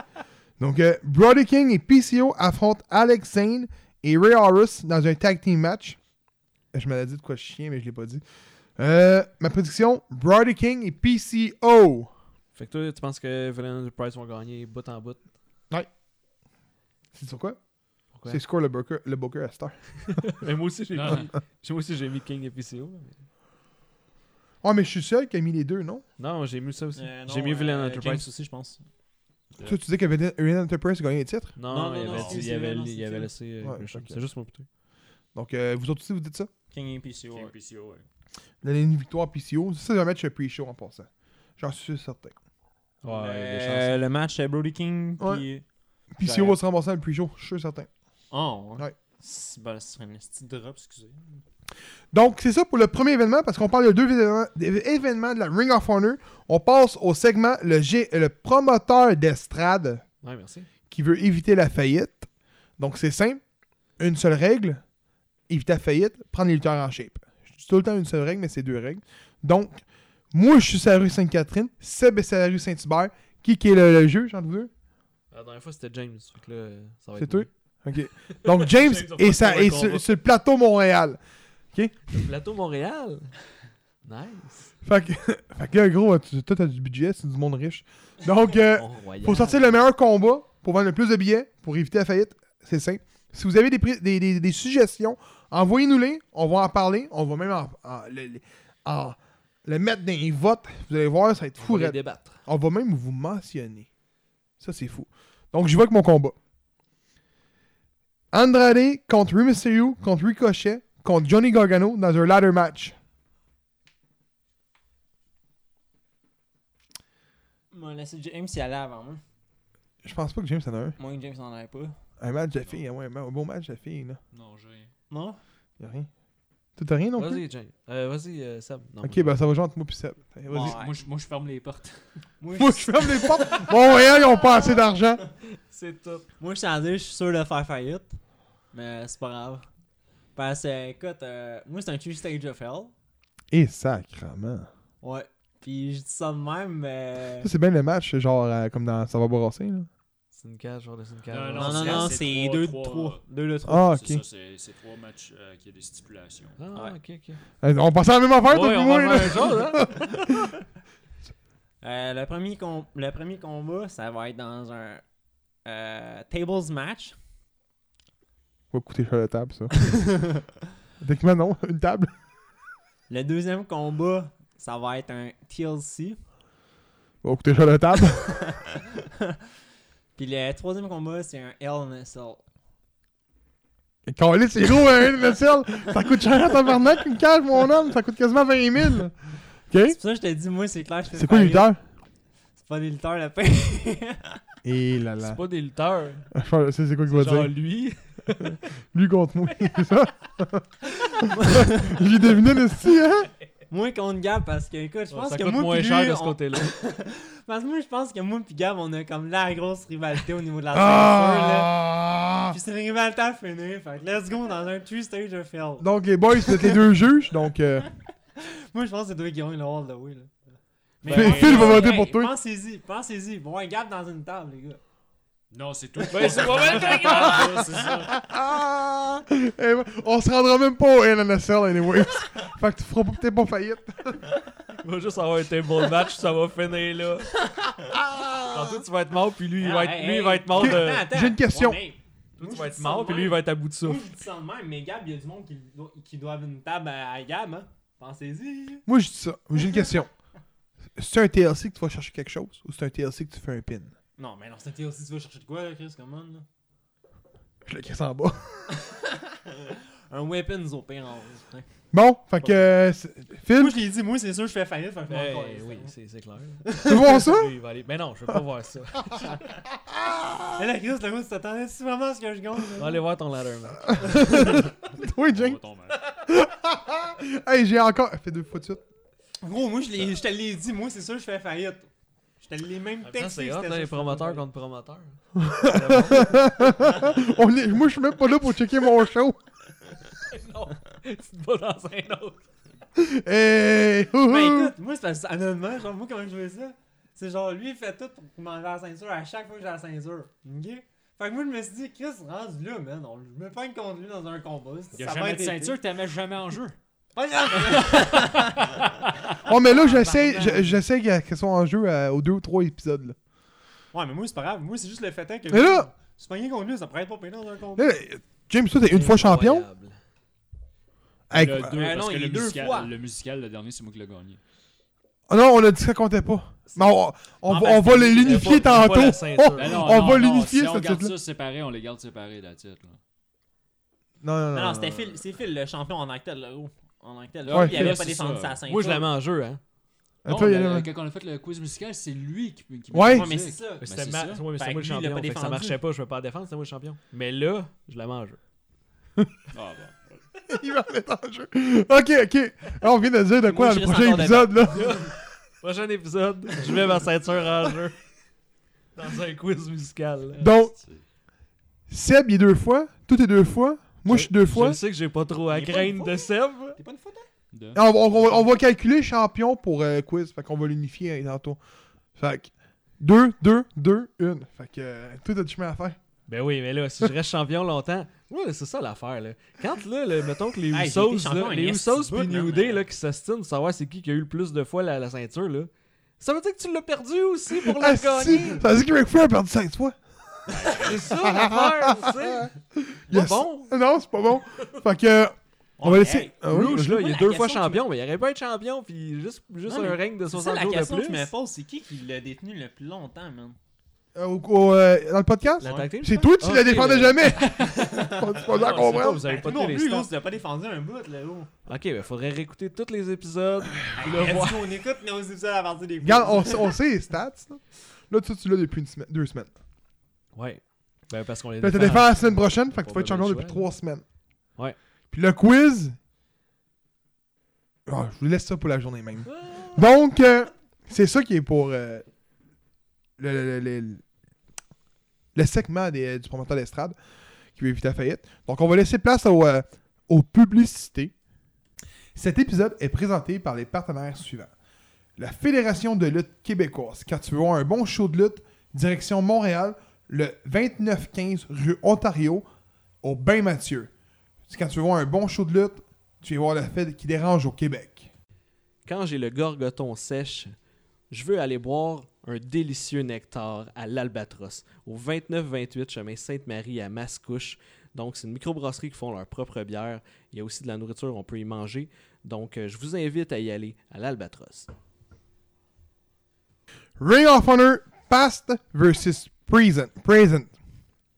Donc, euh, Brody King et PCO affrontent Alex Zane et Ray Horus dans un tag team match. Je me l'ai dit de quoi chien, mais je l'ai pas dit. Euh, ma prédiction, Brody King et PCO.
Fait que toi, tu penses que Villain Enterprise vont gagner bout en bout?
C'est sur quoi?
Pourquoi?
C'est score le Booker, le Booker à Star.
Mais moi aussi, j'ai
Non.
mis, moi aussi, j'ai mis King et PCO. là, mais-
Oh, mais je suis seul qui a mis les deux, non?
Non, j'ai mis ça aussi.
Euh, non,
j'ai mis
euh,
Villain
James
Enterprise.
aussi, je pense.
Toi, tu dis que Vin- Vin Enterprise a gagné le titre.
Non,
Non, non,
il
non,
avait,
c'est
dit, il
Villain,
avait,
non, c'est
il avait
Villain.
laissé. euh,
Ouais,
Grisham.
ok.
C'est juste pour plutôt.
Donc, euh, vous autres aussi, vous dites ça?
King et PCO.
King
ouais.
PCO, ouais.
Donner une victoire PCO. Ça, c'est un match pre-show en passant. J'en suis certain.
Ouais, il y a des
Euh, le match euh, Brody King.
Ouais.
Puis...
PCO E va se rembourser dans le pre-show. Je suis certain.
Oh,
Ouais.
C'est bon, c'est un petit drop, excusez.
Donc, c'est ça pour le premier événement, parce qu'on parle de deux événements, des événements de la Ring of Honor. On passe au segment le, G- le promoteur d'estrade
chances. Ouais, merci.
qui veut éviter la faillite. Donc, c'est simple. Une seule règle. Éviter la faillite. Prendre les lutteurs en shape. Je dis tout le temps une seule règle, mais c'est deux règles. Donc, moi, je suis sur la rue Sainte-Catherine. Seb est sur la rue Saint-Hubert. Qui, qui est le, le juge entre vous deux?
La dernière fois, c'était James. Fait que là, euh, ça va
C'est
être mieux.
OK. Donc, James,
James, on
est,
va
sa-
faire un
est
combat.
sur, sur le plateau Montréal.
Plateau Montréal. Nice.
Fait que, fait que là, gros, tu- toi, t'as du budget, c'est du monde riche. Donc, euh,
Bon, royal.
faut sortir le meilleur combat pour vendre le plus de billets, pour éviter la faillite. C'est simple. Si vous avez des, pri- des, des- des suggestions, envoyez-nous-les. On va en parler. On va même en, en- le, le- en- le mettre dans les votes. Vous allez voir, ça va être
On
fou.
va les
raide.
débattre.
On va même vous mentionner. Ça, c'est fou. Donc, je vois avec mon combat. Andrade contre Rey Mysterio, contre Ricochet, contre Johnny Gargano dans un ladder match.
Moi, laissé James y aller avant moi.
Je pense pas que James en a un.
Moi, James n'en avait pas.
Un match de filles, ouais, un beau match de filles, là.
Non, j'ai rien.
Non?
Y'a rien. Toi, t'as rien non plus?
Vas-y, James. Euh, Vas-y, euh, Sam. Non,
Ok,
mais-
ben ça va jouer entre moi pis Seb. Allez, Vas-y.
Ouais.
Moi, je, moi, je ferme les portes.
Moi,
Moi, je ferme les portes. Montréal, ils ont pas assez d'argent.
C'est top. Moi, je suis en dire, je suis sûr de faire faillite. Mais c'est pas grave. Parce que, écoute, euh, moi, c'est un true stage of hell.
Et sacrement.
Ouais. Puis je dis ça de même, mais.
Ça, c'est bien le match, genre, euh, comme dans Ça va brasser, là.
C'est une cage, genre de c'est une
Non,
cage.
Non, non,
c'est-
non,
c'est
c'est
trois-
2 de
trois,
3.
euh,
2 de 3.
Ah,
C'est
ok.
ça, c'est- c'est trois matchs euh, qui a des stipulations.
Ah,
Ouais.
ok, ok.
Euh, On passe à la même affaire, toi
Ouais,
pis
on
moi,
va
là.
faire un genre, hein?
Euh, le, premier com- le premier combat, ça va être dans un euh, tables match.
Va coûter cher la table, ça. Techniquement, non, une table.
Le deuxième combat, ça va être un TLC.
Va coûter cher la table.
Puis le troisième combat, c'est un Hell in a Cell.
Calé, c'est gros, hein, le ciel. Ça coûte cher à tabarnak, une cage, mon homme. Ça coûte quasiment 20 000. là.
C'est
Ok?
pour ça que je te dis, moi, c'est clair, je fais
C'est quoi
faillite.
une lutteur?
C'est pas des lutteurs, la paix.
Et Eh là
C'est
là.
pas des lutteurs.
Je sais c'est quoi qu'il va
Genre
dire.
lui.
Lui contre moi, c'est ça? J'ai deviné le style, hein?
Moi contre Gab, parce que, écoute, je pense
Ça
que
coûte
moi.
moins
puis
cher
lui,
de ce
on-
côté-là.
Parce que moi, je pense que moi pis Gab, on a comme la grosse rivalité au niveau de la ceinture, là.
Ah!
Puis c'est une rivalité à finir. Fait que let's go dans un true stage of hell.
Donc, les boys, vous êtes les deux juges, donc... euh,
Moi, je pense que c'est toi qui gagne le Hall de Way, là.
Phil va voter pour toi.
Pensez-y, pensez-y. Bon, un Gab dans une table, les gars.
Non, c'est tout.
Ben, c'est pas mal
Ah, c'est ça.
Ah! Eh ben, on se rendra même pas au NNSL, anyways. fait que tu feras peut-être pas faillite.
Il va juste avoir un table match, ça va finir là. Tantôt, tu vas être mort, puis lui, il va
Ah,
être,
hey,
lui, il
hey.
va être mort
J'ai-
de.
Attends,
J'ai une question.
Ouais, mais-
Toi,
Moi,
tu
je
vas
dis
être
ça
mort,
de
puis
même.
lui, il va être à bout de
Moi,
souffle.
je dis ça de même, mais Gab, il y a du monde qui, do- qui doit avoir une table à à Gab, hein? Pensez-y.
Moi, je dis ça. J'ai une question. C'est un TLC que tu vas chercher quelque chose ou c'est un TLC que tu fais un pin?
Non, mais non, c'était aussi, tu vas chercher de quoi, là, Chris, comment, là?
Je le casse en bas.
Un weapons au pire en haut. hein.
Bon, fait que. euh, c'est- Phil,
Moi, je l'ai dit, moi, c'est sûr, je fais faillite, fait que je m'en
Ben
calisse.
oui, c'est c'est clair.
tu veux voir ça?
Lui, il va aller- Mais non, je veux pas voir ça.
Hé, là, Chris, le gars, tu t'attendais si vraiment à ce que je gagne.
Va aller voir ton ladder match.
Oui,
On va
Jake.
tomber.
Hey, j'ai encore. Fait deux fois de suite.
Gros, moi, je, l'ai- je te l'ai dit, moi, c'est sûr, je fais faillite. Je te l'ai même texté.
C'est
c'était
hot,
ça,
hein, les
je fais
promoteurs
faillite.
contre promoteurs.
On est- Moi, je suis même pas là pour checker mon show.
non, tu te bats dans un autre.
Hey!
Ben
houhou.
écoute, moi, c'est parce que, honnêtement, genre, moi, comment je veux ça? C'est genre, lui, il fait tout pour commander la ceinture à chaque fois que j'ai la ceinture. Ok? Fait que moi, je me suis dit, Chris, rendu là, man. On, je me pas contre lui dans un combat.
Il y a jamais de ceinture, tu mets jamais en jeu.
Oh, mais là, j'essaie je- j'essaie qu'elle qu'elle soit en jeu euh, aux deux ou trois épisodes. Là,
Ouais, mais moi, c'est pas grave. Moi, c'est juste le fait est que.
Mais là-
Je suis pogné contre lui, ça pourrait être pas payé dans un combat.
Là, là, James, toi, t'es une fois champion.
Incroyable.
Avec-
le deux,
Euh,
parce
non,
que
il
le
est deux
musical,
fois.
le musical, le dernier, c'est moi qui l'ai gagné.
Ah non, on a dit que ça comptait pas. Mais on, on va,
Ah, ben,
on va
c'est-
l'unifier
c'est pas- c'est
tantôt.
pas la ceinture.
Oh,
Ben
Ben
non,
on
non,
va
non,
l'unifier,
Si on
cette
garde
titre-là.
ça séparé, on les garde séparés, la titre. Là.
Non, non, non.
Non, non,
Euh.
c'était Phil, c'est Phil le champion en actel, là. haut. En actel.
Ouais.
Lui, il avait
Là,
pas
c'est
défendu
ça.
sa ceinture.
Moi, je la mets en jeu, hein.
Attends,
Non,
il y a-
ben, quand on a fait le quiz musical, c'est lui qui, qui
Ouais.
Ouais, mais c'est ça.
Mais
Ben,
C'était
c'est
ma...
ça.
ouais, mais c'était
Fait
moi le
que lui, il l'a
champion.
pas
Fait que ça
défendu.
marchait pas, je peux pas la défendre, c'était moi le champion. Mais là, je la mets en jeu.
Ah, bon.
il va mettre en jeu. Ok, ok. Alors, on vient de dire de quoi
Moi,
dans le
je
prochain
reste en
épisode, là.
Prochain épisode, je mets ma ceinture en jeu. Dans un quiz musical.
Donc, Seb, il est deux fois. Toi, t'es deux fois. Moi, je suis deux fois.
Je sais que j'ai pas trop à
Il est pas une
craindre
fois.
de Seb.
T'es pas une photo?
De-
Ah, On, on- on va- on va calculer champion pour euh, quiz. Fait qu'on va l'unifier euh, tantôt. Fait que 2, 2, 2, 1. Fait que euh, tout a du chemin à faire.
Ben oui, mais là, si je reste champion longtemps, ouais, c'est ça l'affaire, là. Quand, là, le- mettons que les
Hey, j'ai
Usos,
été champion
là,
un
les
esti
Usos
de bout,
puis New
man.
Day, là, qui s'ostinent pour savoir c'est qui qui a eu le plus de fois la, la ceinture, là, ça veut dire que tu l'as perdu aussi pour la
Ah, si,
gagner.
ça veut dire que Ric Flair a perdu 5 fois.
C'est ça l'affaire, tu sais.
Yes.
bon.
Non, c'est pas bon. Fait que. On va laisser.
Hey,
Ah oui, vas-y.
Rouge, là, il est
la
deux fois
question que
champion, mais il aurait pas être champion, puis juste, juste
Non, mais
un règne de
C'est
60
ça la
jours de
question que je me
plus.
pose, c'est qui qui l'a détenu le plus longtemps, man?
Euh, au- au, euh, dans le podcast?
La tag team,
C'est toi qui
Ah,
la
ok,
défendais
mais-
jamais! On dit pas ça,
Ah, c'est pas,
comprends?
Vous avez pas
non
tous les
plus, gros,
stats.
tu l'as pas défendu un bout, là, oh. haut.
Ok, ben faudrait réécouter tous les épisodes. Le
Est-ce
voir.
qu'on écoute nos épisodes à partir des
Regarde, on, s- on sait les stats. Là, là tu, tu l'as depuis une semaine, deux semaines.
Ouais. Ben parce qu'on les
Là, tu
défend.
défends la semaine prochaine, fait que tu vas
Pas
être champion
bien le
depuis
choix,
trois semaines.
Ouais.
Puis le quiz. Ah, je vous laisse ça pour la journée même. Donc, euh, c'est ça qui est pour euh, le, le, le- le- le segment des- euh, du promoteur d'estrade qui veut éviter la faillite. Donc, on va laisser place au, euh, aux publicités. Cet épisode est présenté par les partenaires suivants. La Fédération de lutte québécoise. Quand tu veux avoir un bon show de lutte, direction Montréal, le 2915 rue Ontario, au Bain Mathieu. C'est Quand tu veux voir un bon show de lutte, tu vas voir la fête qui dérange au Québec.
Quand j'ai le gorgoton sèche, je veux aller boire un délicieux nectar à l'Albatros, au 29-28 chemin Sainte-Marie à Mascouche. Donc, c'est une microbrasserie qui font leur propre bière. Il y a aussi de la nourriture, on peut y manger. Donc, euh, je vous invite à y aller à l'Albatros.
Ring of Honor Past versus Present. Present.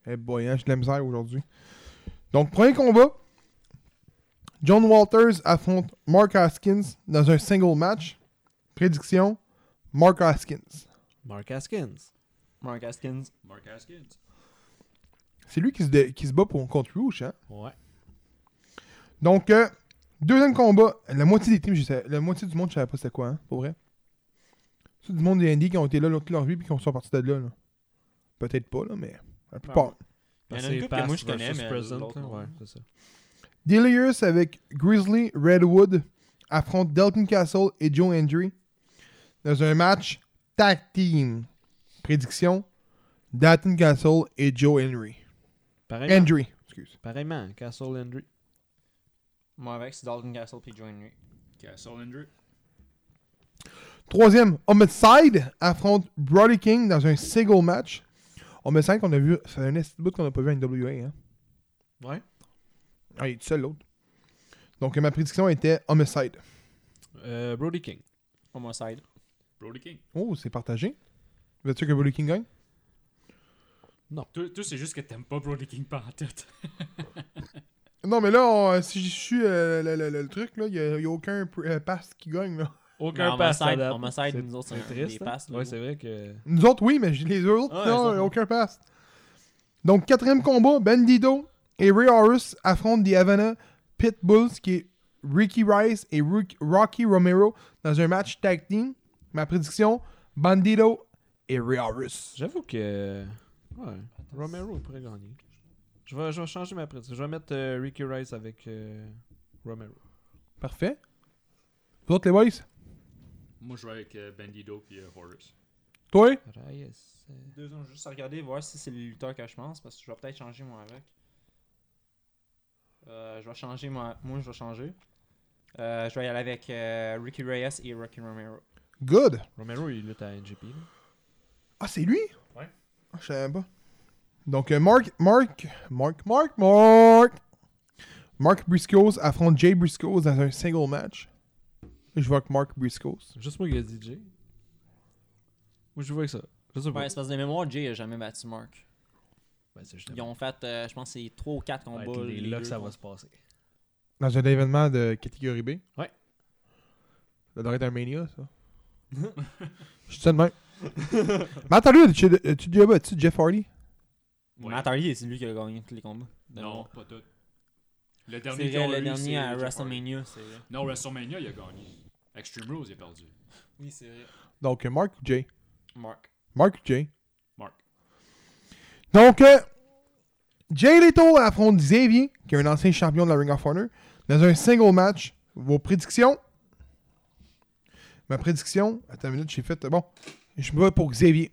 Eh boy, hein, j'ai de la misère aujourd'hui. Donc, premier combat. John Walters affronte Mark Haskins dans un single match. Prédiction, Mark Haskins.
Mark Haskins.
Mark Haskins.
Oh.
Mark Haskins.
C'est lui qui se, dé- qui se bat pour contre Rouge, hein?
Ouais.
Donc, euh, deuxième combat. La moitié des teams, je sais- la moitié du monde, je savais pas c'était quoi, hein, pour vrai. C'est du monde des Indies qui ont été là toute leur vie puis qui sont partis de là. là. Peut-être pas, là, mais la plupart.
Il y en a une couple que moi, je connais, mais l'autre, non.
ouais, c'est ça.
Delirious avec Grizzly Redwood affronte Dalton Castle et Joe Hendry dans un match tag team. Prédiction Dalton Castle et Joe Henry.
Pareillement.
Henry, excuse.
Pareillement, Castle Landry.
Moi avec, c'est Dalton Castle puis Joe Henry.
Castle Andrew.
Troisième, Homicide affronte Brody King dans un single match. Homicide qu'on a vu, c'est un esti de bout qu'on n'a pas vu à NWA. Hein?
Ouais.
Ah, il est tout seul l'autre. Donc ma prédiction était Homicide.
Euh, Brody King.
Homicide.
Brody King.
Oh, c'est partagé. Veux-tu que Brody King gagne?
Toi, toi, c'est juste que t'aimes pas Brody King par en tête.
Non, mais là, on- si je suis euh, le, le- le- le truc, là, il n'y a, aucun pr- euh, pass qui gagne. Là.
Aucun pass à
homicide,
date.
homicide,
C'est-
nous autres,
C'est
c'est
triste.
Ah, des
hein?
passes. oh.
Ouais, c'est vrai que.
Nous autres, oui, mais j- les autres,
Ah,
non,
les autres,
aucun pass. Donc, quatrième combat, Bandido et Ray Horus affrontent The Havana Pitbulls, qui est Ricky Rice et Ru- Rocky Romero, dans un match tag team. Ma prédiction, Bandido et Ray Horus.
J'avoue que. Ouais. Romero pourrait gagner. Je vais, je vais changer ma prédiction. Je vais mettre euh, Ricky Rice avec euh, Romero.
Parfait. Vous autres, les boys?
Moi, je vais avec euh, Bandido puis euh, Horace.
Toi?
Reyes. euh,
Deux ans, juste à regarder, voir si c'est le lutteur que je pense, parce que je vais peut-être changer moi avec. Euh, je vais changer moi, moi je vais changer. Euh, je vais y aller avec euh, Ricky Reyes et Rocky Romero.
Good.
Romero, il lutte à NGP. là.
Ah, c'est lui?
Ouais.
Ah, je savais pas. Donc, euh, Mark, Mark, Mark, Mark, Mark. Mark Briscoes affronte Jay Briscoes dans un single match. Je vois que Mark Briscoes.
C'est juste moi qui ai dit DJ. Moi, je vois que ça. Je sais pas.
Ouais, c'est parce que de mémoire, Jay a jamais battu Mark.
Ben, c'est juste-
Ils ont fait, euh, je pense, c'est 3 ou 4
Ouais,
combats.
puis
les
là
deux
que ça va
contre-
se passer.
Dans un événement de catégorie B.
Ouais.
Ça devrait être un mania, ça. je suis ça de même. Mais attends, lui, tu tu déjà battu Jeff Hardy?
Ouais.
Matt Hardy, c'est lui qui a gagné tous les combats. De
Non,
mémoire.
pas tout. Le
C'est
dernier
vrai,
qu'on a
le
eu,
dernier
c'est
à
Jeff
WrestleMania, c'est vrai.
Hardy. Non, WrestleMania, il a gagné. Extreme Rules, il a perdu.
Oui, c'est vrai.
Donc, euh, Mark ou Jay?
Mark.
Mark ou Jay?
Mark.
Donc, euh, Jay Leto affronte Xavier, qui est un ancien champion de la Ring of Honor, dans un single match. Vos prédictions Ma prédiction, attends une minute, j'ai fait. Bon, je me vais pour Xavier.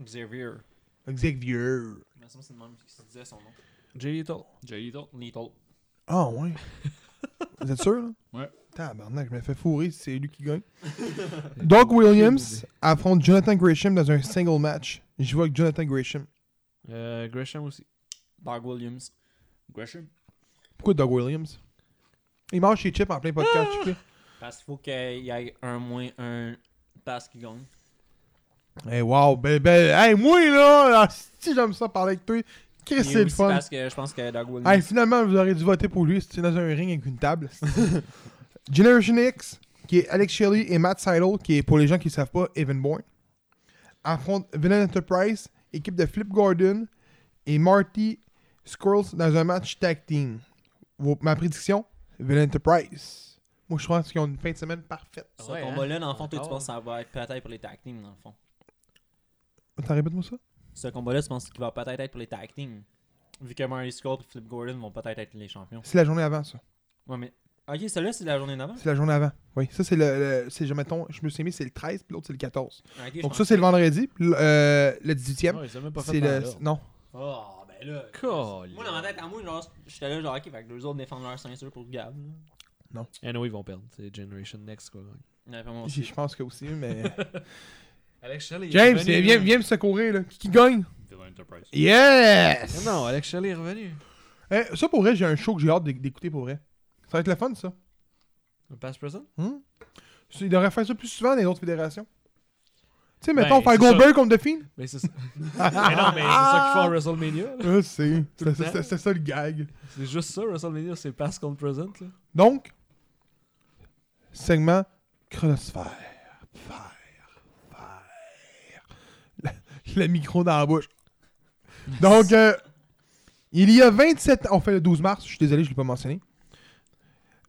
Xavier.
Xavier.
Il me semble que c'est le même qui se disait son nom.
Jay Little.
Jay Lethal.
Little.
Ah, ouais. Vous êtes sûr, là
Ouais.
Tabarnak, je me fais fourrer si c'est lui qui gagne. Doug Williams affronte Jonathan Gresham dans un single match. Je vois que Jonathan Gresham.
Euh, Gresham aussi.
Doug Williams.
Gresham.
Pourquoi Doug Williams Il mange ses chips en plein podcast, tu sais.
Parce qu'il faut qu'il y ait un moins un passe qui gagne.
Hey, wow, ben, ben, hey, moi, là, là, si j'aime ça parler avec toi,
Mais
Chris, c'est le
aussi
fun.
Parce que je pense que Doug
Hey,
Williams.
finalement, vous aurez dû voter pour lui si tu es dans un ring avec une table. Generation X, qui est Alex Shelley et Matt Seidel, qui est, pour les gens qui ne savent pas, Evan Bourne, affronte Villain Enterprise, équipe de Flip Gordon et Marty Squirrels dans un match tag team. Vos- ma prédiction, Villain Enterprise. Moi, je pense qu'ils ont une fin de semaine parfaite.
Ce
Ouais,
combat-là,
hein?
dans le fond, toi, tu
Encore.
penses que ça va être peut-être pour les tag teams, dans le fond.
Attends, répète-moi ça.
Ce combat-là, tu penses qu'il va peut-être être pour les tag teams. Vu que Murray Scott et Flip Gordon vont peut-être être les champions.
C'est la journée avant, ça.
Hein?
Ouais, mais. Ok, celui-là, c'est la journée d'avant.
C'est la journée avant. Oui, ça c'est le, le- c'est je mettons, je me suis mis c'est le 13 puis l'autre c'est le 14.
Ok, je
Donc
pense
ça c'est
que-
le vendredi, puis le, euh, le 18e.
Non, ils ont même pas
c'est
fait
le
le...
non.
Oh, ben là.
Cool.
Moi, dans ma tête, à moi, genre, j'étais là, genre, ok, fait que les autres défendent leur ceinture pour Gab. là.
Anyway, Eh ils vont perdre. C'est Generation Next quoi.
Ouais, vraiment
J'ai-
aussi.
Je pense que aussi mais
Alex Shelley.
James, viens, viens, viens me secourir là. Qui, qui gagne
Villain Enterprise.
Yes
Eh Non, Alex Shelley est revenu.
Eh, ça pour vrai, j'ai un show que j'ai hâte d'éc- d'écouter pour vrai. Ça va être le fun ça.
Le past present?
Hmm? Ils devraient faire ça plus souvent dans les autres fédérations. Tu sais,
Ben,
mettons, faire
c'est
Goldberg contre The Fiend.
Mais c'est ça. mais non, mais c'est ça
Ah!
qu'ils font à WrestleMania. là.
Je sais. C'est-
le temps.
C'est c'est ça le gag.
C'est juste ça, WrestleMania, c'est past contre present. Là.
Donc, segment chronosphère. Faire. Faire. Le, le micro dans la bouche. Donc, euh, il y a 27 ans, on fait le 12 mars, je suis désolé, je ne l'ai pas mentionné.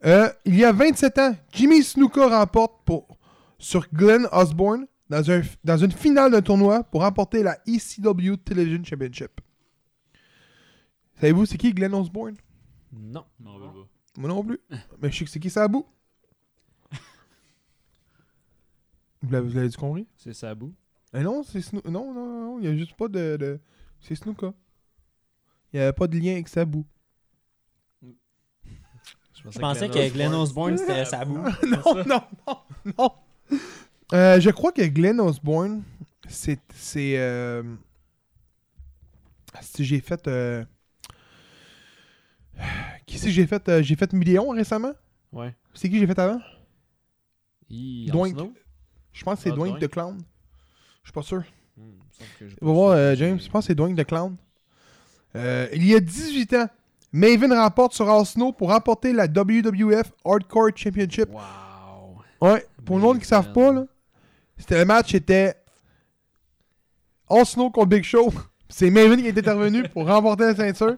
Euh, il y a 27 ans, Jimmy Snuka remporte pour, sur Glenn Osborne dans, un, dans une finale d'un tournoi pour remporter la ECW Television Championship. Savez-vous c'est qui Glenn Osborne?
Non.
Je m'en rappelle pas.
Moi non plus. Mais je sais que c'est qui ça à bout. Vous l'avez vous l'avez-tu compris?
C'est Sabu.
Mais non, c'est Snoop. Non, non, non, non, il y a juste pas de. de- C'est Snuka. Il n'y avait pas de lien avec Sabu.
Je pensais que Glenn Osborne, c'était Sabu.
non, non, non, non. Euh, je crois que Glenn Osborne, c'est. c'est euh, si j'ai fait. Euh... Qui c'est que j'ai fait euh, J'ai fait Million récemment
Ouais.
C'est qui j'ai fait avant
Il
Doink. Je pense que c'est
Ah,
Dwayne de
Doink.
Clown. Je suis pas sûr.
Hmm,
Va
Va
voir, euh, James. Je pense que c'est Dwayne de Clown. Euh, il y a 18 ans, Maven remporte sur Arsenal pour remporter la WWF Hardcore Championship.
Wow.
Ouais, pour le monde qui ne savent pas, là, c'était le match était Arsenal contre Big Show. C'est Maven qui est intervenu pour remporter la ceinture.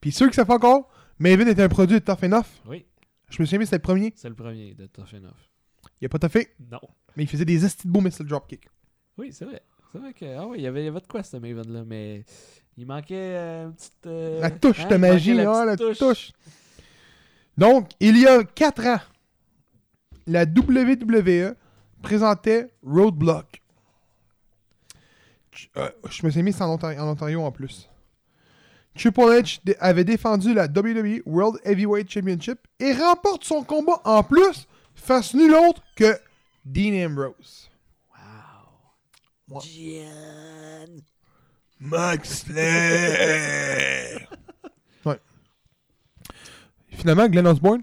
Puis ceux qui savent pas encore, Maven était un produit de Tough Enough.
Oui,
Je me souviens, mais c'était le premier.
c'est le premier de Tough Enough.
Il a pas toffé,
Non.
mais il faisait des estis de beaux missile dropkick.
Oui, c'est vrai. C'est vrai que. Ah oui, il y avait, il y avait de quoi, ce Maven-là, mais. Il manquait euh, une petite. euh,
La touche
hein,
de
il
magie,
manquait
là, la
petite
touche. Donc, il y a 4 ans, la WWE présentait Roadblock. Ch- euh, je me suis mis en Ontario, en Ontario en plus. Triple H dé- avait défendu la WWE World Heavyweight Championship et remporte son combat en plus face nul autre que Dean Ambrose. Wow. Max Ouais. Finalement, Glenn Osborne,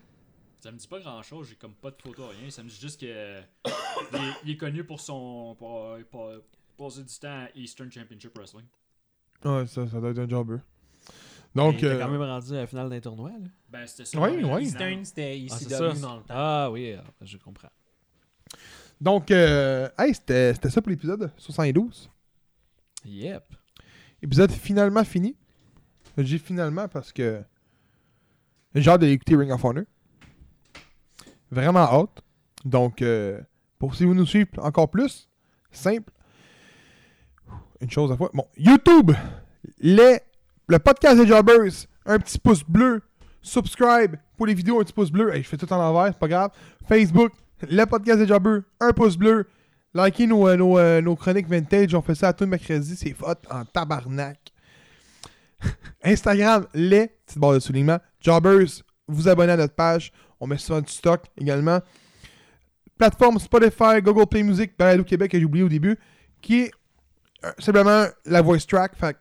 Ça me dit pas grand chose, j'ai comme pas de photo, rien. Ça me dit juste que euh, il, est, il est connu pour son. Pour, pour- passer du temps à Eastern Championship Wrestling.
Ouais, ça, ça doit être un jobber. Donc,
il était
euh,
quand même rendu à la finale d'un tournoi, là.
Ben, c'était ça.
Ouais,
euh,
ouais.
Eastern.
Eastern, c'était
Ah, c'est
ICW
ça.
dans le temps.
Ah oui, ah, je comprends.
donc euh, hey, c'était c'était ça pour l'épisode 72.
Yep.
Épisode finalement fini. J'ai finalement parce que j'ai hâte d'écouter Ring of Honor. Vraiment hâte. Donc, euh, pour si vous nous suivez encore plus, simple. Une chose à la fois. Bon, YouTube, les, le podcast des Jobbers, un petit pouce bleu. Subscribe pour les vidéos, un petit pouce bleu. Hey, je fais tout en l'envers, c'est pas grave. Facebook, le podcast des Jobbers, un pouce bleu. Likez nos, euh, nos, euh, nos chroniques vintage, on fait ça à tous les mercredis, c'est hot en tabarnak. Instagram, les petites barres de soulignement. Jobbers, vous abonnez à notre page. On met souvent du stock également. Plateforme Spotify, Google Play Music, Balado Québec, que j'ai oublié au début, qui est euh, simplement la voice track. Fait que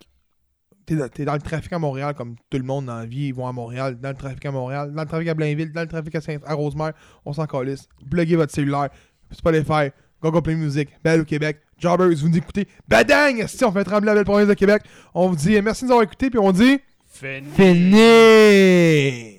t'es dans, t'es dans le trafic à Montréal, comme tout le monde dans la vie, ils vont à Montréal, dans le trafic à Montréal, dans le trafic à Blainville, dans le trafic à, Saint- à Rosemère, on s'en calisse. Pluguez votre cellulaire, Spotify, Google Play Music, Balado Québec, Jobbers, vous nous écoutez. Badang! Si on fait trembler la belle eh, province de Québec, on vous dit merci de nous avoir écoutés, puis on dit... Fini!